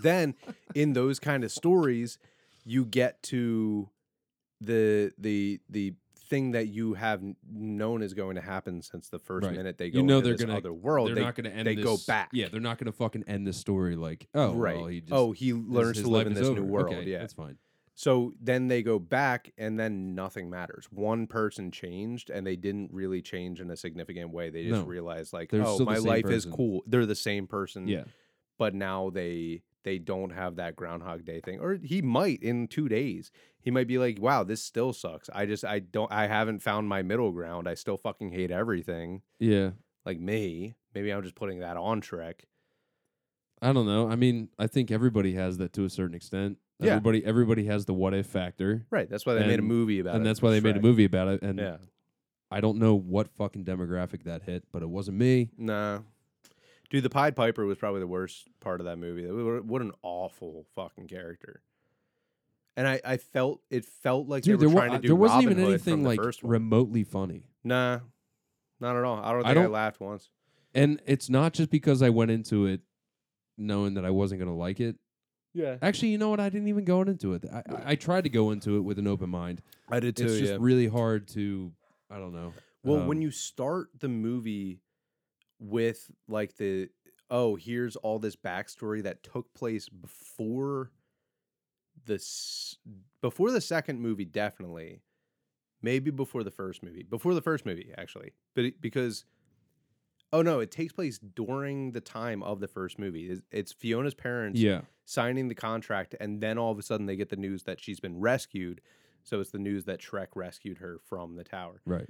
then in those kind of stories, you get to the the the thing that you have n- known is going to happen since the first
Right.
minute they go
You know
into
they're
this
gonna-
other world.
they're
They-
not going to end.
they
this,
go back.
Yeah, they're not going to fucking end the story like oh
right.
well, he just,
oh, he
his-
learns
his
to live
life
in
is
this
over.
new world.
Okay,
yeah,
that's fine.
So then they go back, and then nothing matters. One person changed, and they didn't really change in a significant way. They just
No.
realized, like,
They're
oh,
still the
my
same
life is
person.
cool. They're the same person.
Yeah,
But now they they don't have that Groundhog Day thing, or he might in two days. He might be like, wow, this still sucks. I just I don't I haven't found my middle ground. I still fucking hate everything.
yeah.
Like me, maybe I'm just putting that on Shrek.
I don't know. I mean, I think everybody has that to a certain extent.
Yeah.
Everybody everybody has the what if factor.
Right. That's why they made a
And-
movie about it.
and that's why they made a
Shrek.
movie about it. And
Yeah.
I don't know what fucking demographic that hit, but it wasn't me.
Nah. Dude, the Pied Piper was probably the worst part of that movie. What what an awful fucking character. And I, I felt it felt like
Dude,
they
there,
were
wa- uh,
trying to do
there wasn't
Robin
even
Hood
anything
from the
like
first one.
remotely funny.
nah, not at all. I don't
I
think I,
don't-
laughed once.
And it's not just because I went into it knowing that I wasn't going to like it.
Yeah,
Actually, you know what? I didn't even go into it. I, I, I tried to go into it with an open mind.
I did
It's just really hard to, I don't know.
well,
um,
when you start the movie with like the oh, here's all this backstory that took place before the s- before the second movie, definitely, maybe before the first movie, before the first movie actually, but it- because oh no, it takes place during the time of the first movie. It's, it's Fiona's parents
Yeah.
signing the contract, and then all of a sudden they get the news that she's been rescued. So it's the news that Shrek rescued her from the tower
Right.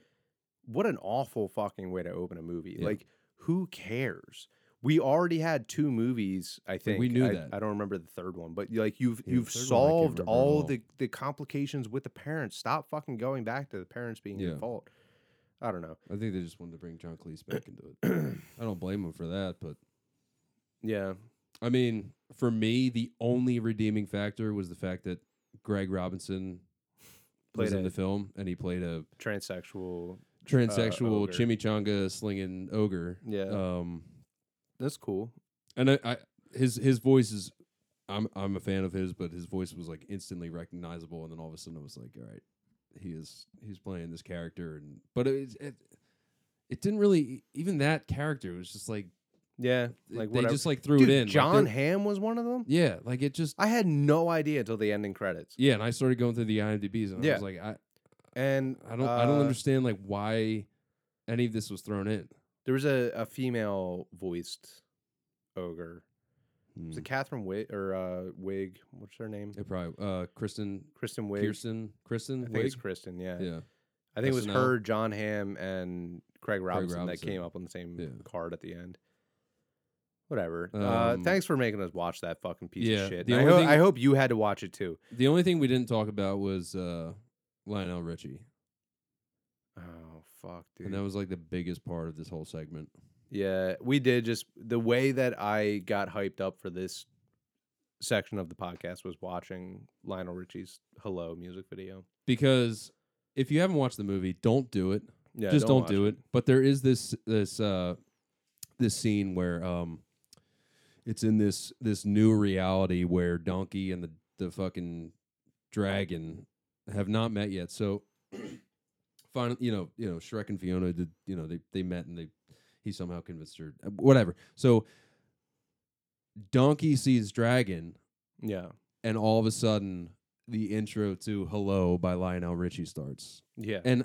what an awful fucking way to open a movie.
Yeah.
Like, who cares? We already had two movies, I think.
we knew
I,
that.
I don't remember the third one, but like you've
Yeah, the
you've
third one I can't
solved
remember at
all
all.
the the complications with the parents. Stop fucking going back to the parents being
Yeah.
at fault. I don't know.
I think they just wanted to bring John Cleese back into it. I don't blame him for that, but
Yeah,
I mean, for me, the only redeeming factor was the fact that Greg Robinson was
Played
in
a-
the film and he played a
transsexual.
transsexual
ogre.
chimichanga slinging ogre.
Yeah.
Um,
That's cool.
and I, I his his voice is I'm I'm a fan of his, but his voice was like instantly recognizable, and then all of a sudden I was like, all right, he is he's playing this character, and but it it, it didn't really e, even that character it was just like
Yeah,
like
like
they
whatever.
just like threw
Dude,
it in. like,
John
they're-
Hamm was one of them.
yeah, like it just
I had no idea until the ending credits.
yeah, and I started going through the IMDb's, and I
Yeah.
was like, I
And
I don't I don't
uh,
understand like why any of this was thrown in.
There was a, a female voiced ogre. Was it Catherine Wig or uh, Wig? What's her name?
Mm. It probably uh, Kristen
Kristen Wig.
Pearson Kristen
I think it's
Wiig?
Kristen. Yeah.
yeah.
I think it was
SNL.
her, John Hamm, and Craig Robinson,
Robinson.
that came up on the same
Yeah.
card at the end. Whatever. uh,
Um,
thanks for making us watch that fucking piece
yeah,
of shit.
the
And I,
only
ho-
thing-
I hope you had to watch it too.
The only thing we didn't talk about was uh, Lionel Richie,
Oh fuck, dude.
and that was like the biggest part of this whole segment.
Yeah, we did. Just the way that I got hyped up for this section of the podcast was watching Lionel Richie's "Hello" music video.
Because if you haven't watched the movie, don't do it.
Yeah,
Just don't, do it. But there is this this uh, this scene where um, it's in this this new reality where Donkey and the the fucking dragon have not met yet. So finally, you know, you know, Shrek and Fiona did, you know, they they met and they he somehow convinced her. uh, Whatever. So Donkey sees dragon,
it. Yeah,
and all of a sudden the intro to "Hello" by Lionel Richie starts.
yeah.
And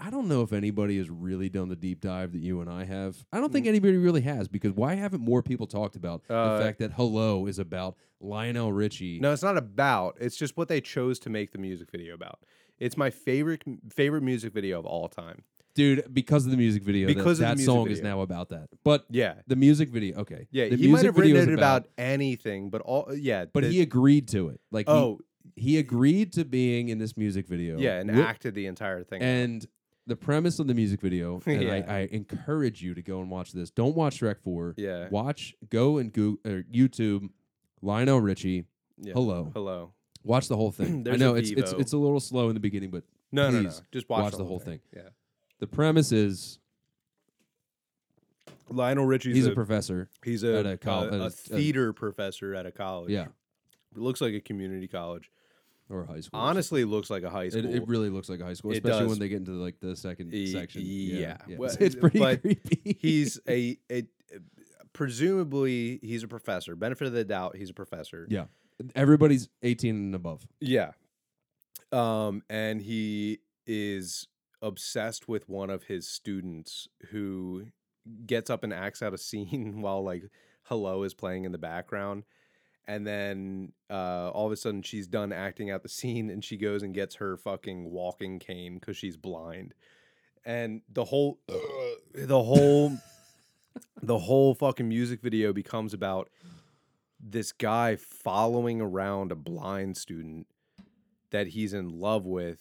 I don't know if anybody has really done the deep dive that you and I have. I don't think anybody really has because why haven't more people talked about
Mm. Uh,
the fact that "Hello" is about Lionel Richie?
No, it's not about. It's just what they chose to make the music video about. It's my favorite favorite music video of all time.
dude, because of the music video. that-
Because of the
that,
music
song is
video.
now about that. But
Yeah,
the music video, okay,
yeah.
the
he might
music
have written
video is
it about, anything, but all yeah.
but
the-
he agreed to it. Like, he-
oh
he, agreed to being in this music video.
yeah, and
Wi-
acted the entire thing.
And the premise of the music video, and
Yeah.
I, I encourage you to go and watch this. Don't watch Shrek Four.
yeah,
Watch, go and Google, or YouTube Lionel Richie.
yeah.
Hello.
hello.
Watch the whole thing. I
There's a
know it's, it's
Devo.
it's a little slow in the beginning, but
No, no, no.
Please
Just watch,
watch the whole
Yeah,
the premise is
Lionel Richie's
he's, a, professor.
He's a,
At a col-
a-
at
a
a- a-
theater professor at a college.
Yeah,
It looks like a community college.
or high school.
Honestly, looks like a high school.
It, it really looks like a high school,
It
especially
does.
when they get into like the second
E-
section.
yeah. Well,
It's, it's pretty
but
creepy.
he's a, a presumably he's a professor. Benefit of the doubt, he's a professor.
yeah. Everybody's eighteen and above.
Yeah. Um, and he is obsessed with one of his students who gets up and acts out a scene while like hello is playing in the background. And then uh, all of a sudden she's done acting out the scene and she goes and gets her fucking walking cane because she's blind. And the whole the whole the whole fucking music video becomes about this guy following around a blind student that he's in love with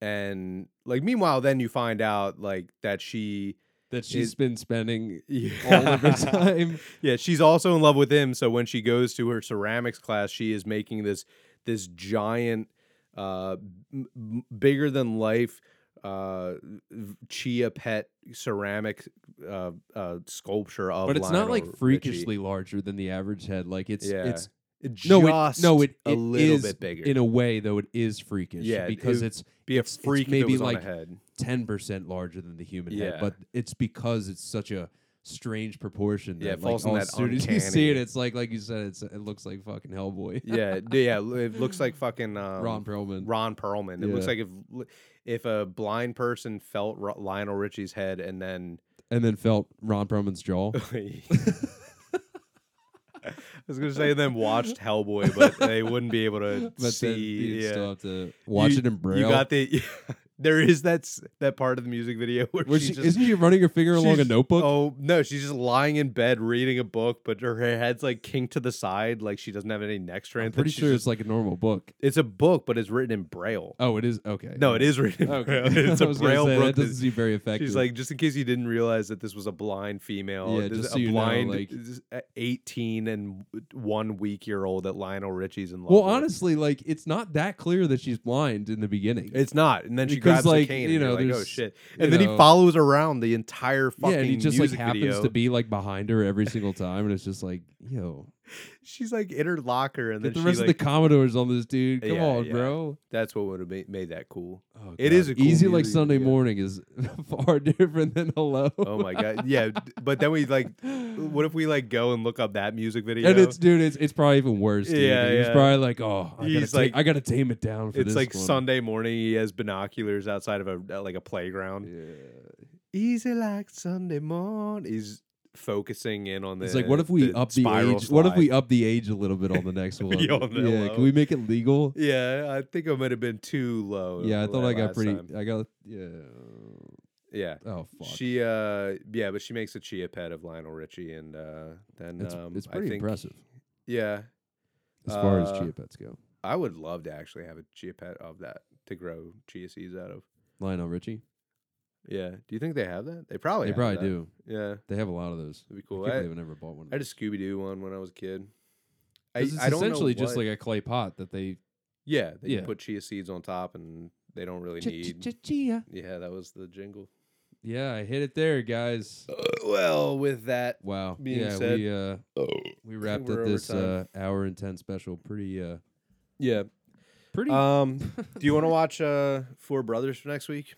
and like meanwhile then you find out like that she
That she's
It-
been spending all of her
yeah,
time.
she's also in love with him so when she goes to her ceramics class she is making this this giant uh m- m- bigger than life uh v- chia pet ceramic uh uh sculpture of
But it's not
Lionel
like
Richie.
freakishly larger than the average head. Like it's
Yeah.
it's
Just
no, it, no, it,
a
it
little
is-
bit bigger.
in a way though. It is freakish,
Yeah,
because
it-
it's
be a
it's- it's
freak
maybe
maybe if it was
like-
on a head.
ten percent larger than the human head.
Yeah.
But it's because it's such a strange proportion. That,
Yeah, it
like,
falls in
all
that
as soon as you see it,
uncanny-
it's like like you said, it's it looks like fucking Hellboy.
Yeah, d- yeah. l- It looks like fucking um,
Ron Perlman.
Ron Perlman. It looks
Yeah.
like if l- if a blind person felt Ro- Lionel Richie's head and then
and then felt Ron Perlman's jaw.
I was gonna say then watched Hellboy, but they wouldn't be able to
But then
see.
you'd
yeah.
still have to watch
You-
it in braille.
You got the There is that s- that part of the music video where,
Where
she,
she-
just
isn't she running her finger along a
she's-
notebook?
Oh no, she's just lying in bed reading a book, but her head's like kinked to the side, like she doesn't have any neck
I'm
strength. and
pretty
she's
sure
just-
it's like a normal book.
it's a book, but it's written in braille.
Oh, it is okay.
No, it is written. In braille. It's
I
a
was gonna
braille
say,
book.
That doesn't
that-
seem very effective.
She's like, just in case you didn't realize that this was a blind female,
Yeah,
this is
just
a
so you know,
blind
like-
this is a eighteen and w- one week year old that Lionel Richie's in love.
well,
with.
honestly, like it's not that clear that she's blind in the beginning.
It's not. And then she
Because,
grabs
like,
the cane.
you
and
know,
you're like, oh
there's-
shit!
you
And then
know-
he follows around the entire fucking
yeah, and he just like
music
happens
video.
to be like behind her every single time, and it's just like, yo,
She's like in her locker, and
get
then
the
she,
rest
like,
of the Commodores on this dude. Come
Yeah,
on,
yeah.
bro.
That's what would have made, made that cool.
Oh,
It
God.
is a cool
easy like
music
Sunday
video.
morning is far different than hello.
Oh my god, yeah. d- But then we like, what if we like go and look up that music video?
And it's dude, it's it's probably even worse. Dude.
Yeah,
he's
yeah.
probably like, oh, I gotta,
He's
ta-
like-
I gotta tame it down. For
It's
this
like
one.
Sunday morning. He has binoculars outside of a uh, like a playground.
Yeah.
Easy like Sunday morning. He's focusing in on the.
It's like, what if we up the
spiral
age? What if
slide.
we up the age a little bit on the next one?
Yo,
yeah,
Nello.
can we make it legal?
Yeah, I think I might have been too low.
Yeah, I thought
la-
I got
last
pretty.
time.
I got yeah.
Yeah.
Oh fuck.
She uh yeah, but she makes a chia pet of Lionel Richie and uh then
it's,
um
it's
I
pretty
think-
impressive
Yeah.
as far as
uh,
chia pets go.
I would love to actually have a chia pet of that to grow chia seeds out of.
Lionel Richie.
Yeah. Do you think they have that? They probably
They
have
probably
Oh, that.
do.
Yeah.
They have a lot of those.
It'd be
I
cool.
can't
I,
believe I never bought one.
I had a Scooby Doo one when I was a kid. I,
'Cause it's
I don't know
essentially just
what-
like a clay pot that they.
yeah they
yeah.
can put chia seeds on top and they don't really need
Chia.
yeah that was the jingle.
Yeah, I hit it there, guys.
Oh, well, with that
Wow.
Being
yeah,
said-
we uh,
Oh.
we wrapped
we're
up
over
this uh,
time.
hour and ten special pretty uh
yeah.
pretty
Um, do you want to watch uh Four Brothers for next week?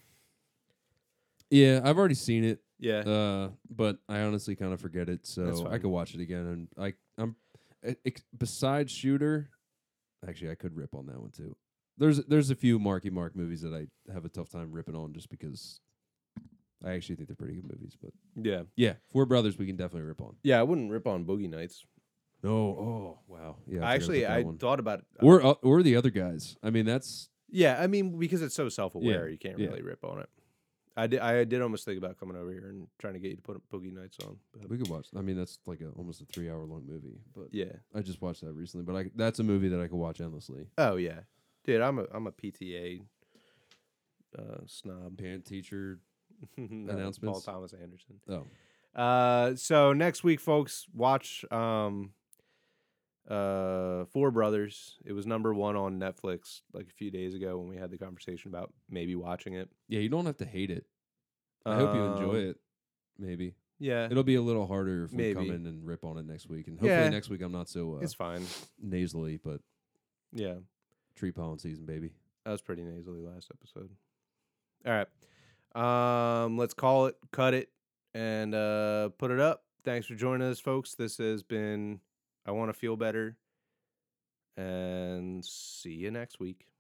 yeah. I've already seen it.
Yeah.
Uh, but I honestly kind of forget it, so I
fine.
could watch it again. And I, I'm e- ex- besides Shooter, actually, I could rip on that one too. There's there's a few Marky Mark movies that I have a tough time ripping on just because I actually think they're pretty good movies. But
Yeah.
yeah, Four Brothers we can definitely rip on.
Yeah, I wouldn't rip on Boogie Nights.
No, oh wow, yeah.
I actually, I
one.
thought about uh,
or uh, or the other guys. I mean, that's
yeah, I mean because it's so self-aware, you can't
yeah.
really rip on it. I did, I did almost think about coming over here and trying to get you to put Boogie Nights on. But
we could watch. I mean, that's like a, almost a three hour long movie. But
yeah.
I just watched that recently. But I, that's a movie that I could watch endlessly.
Oh yeah, dude, I'm a I'm a PTA uh, snob.
Parent teacher.
No, Paul
Announcements?
Thomas Anderson.
Oh.
Uh, so next week, folks, watch um, uh, Four Brothers. It was number one on Netflix like a few days ago when we had the conversation about maybe watching it.
Yeah, you don't have to hate it. I hope you enjoy
Um,
it. Maybe
Yeah,
it'll be a little harder if we come
Maybe.
in and rip on it next week, and hopefully
Yeah.
next week I'm not so uh,
it's fine.
nasally. But
Yeah,
tree pollen season, baby.
that was pretty nasally last episode. All right, um, let's call it, cut it, and uh, put it up. Thanks for joining us, folks. This has been I want to feel better, and see you next week.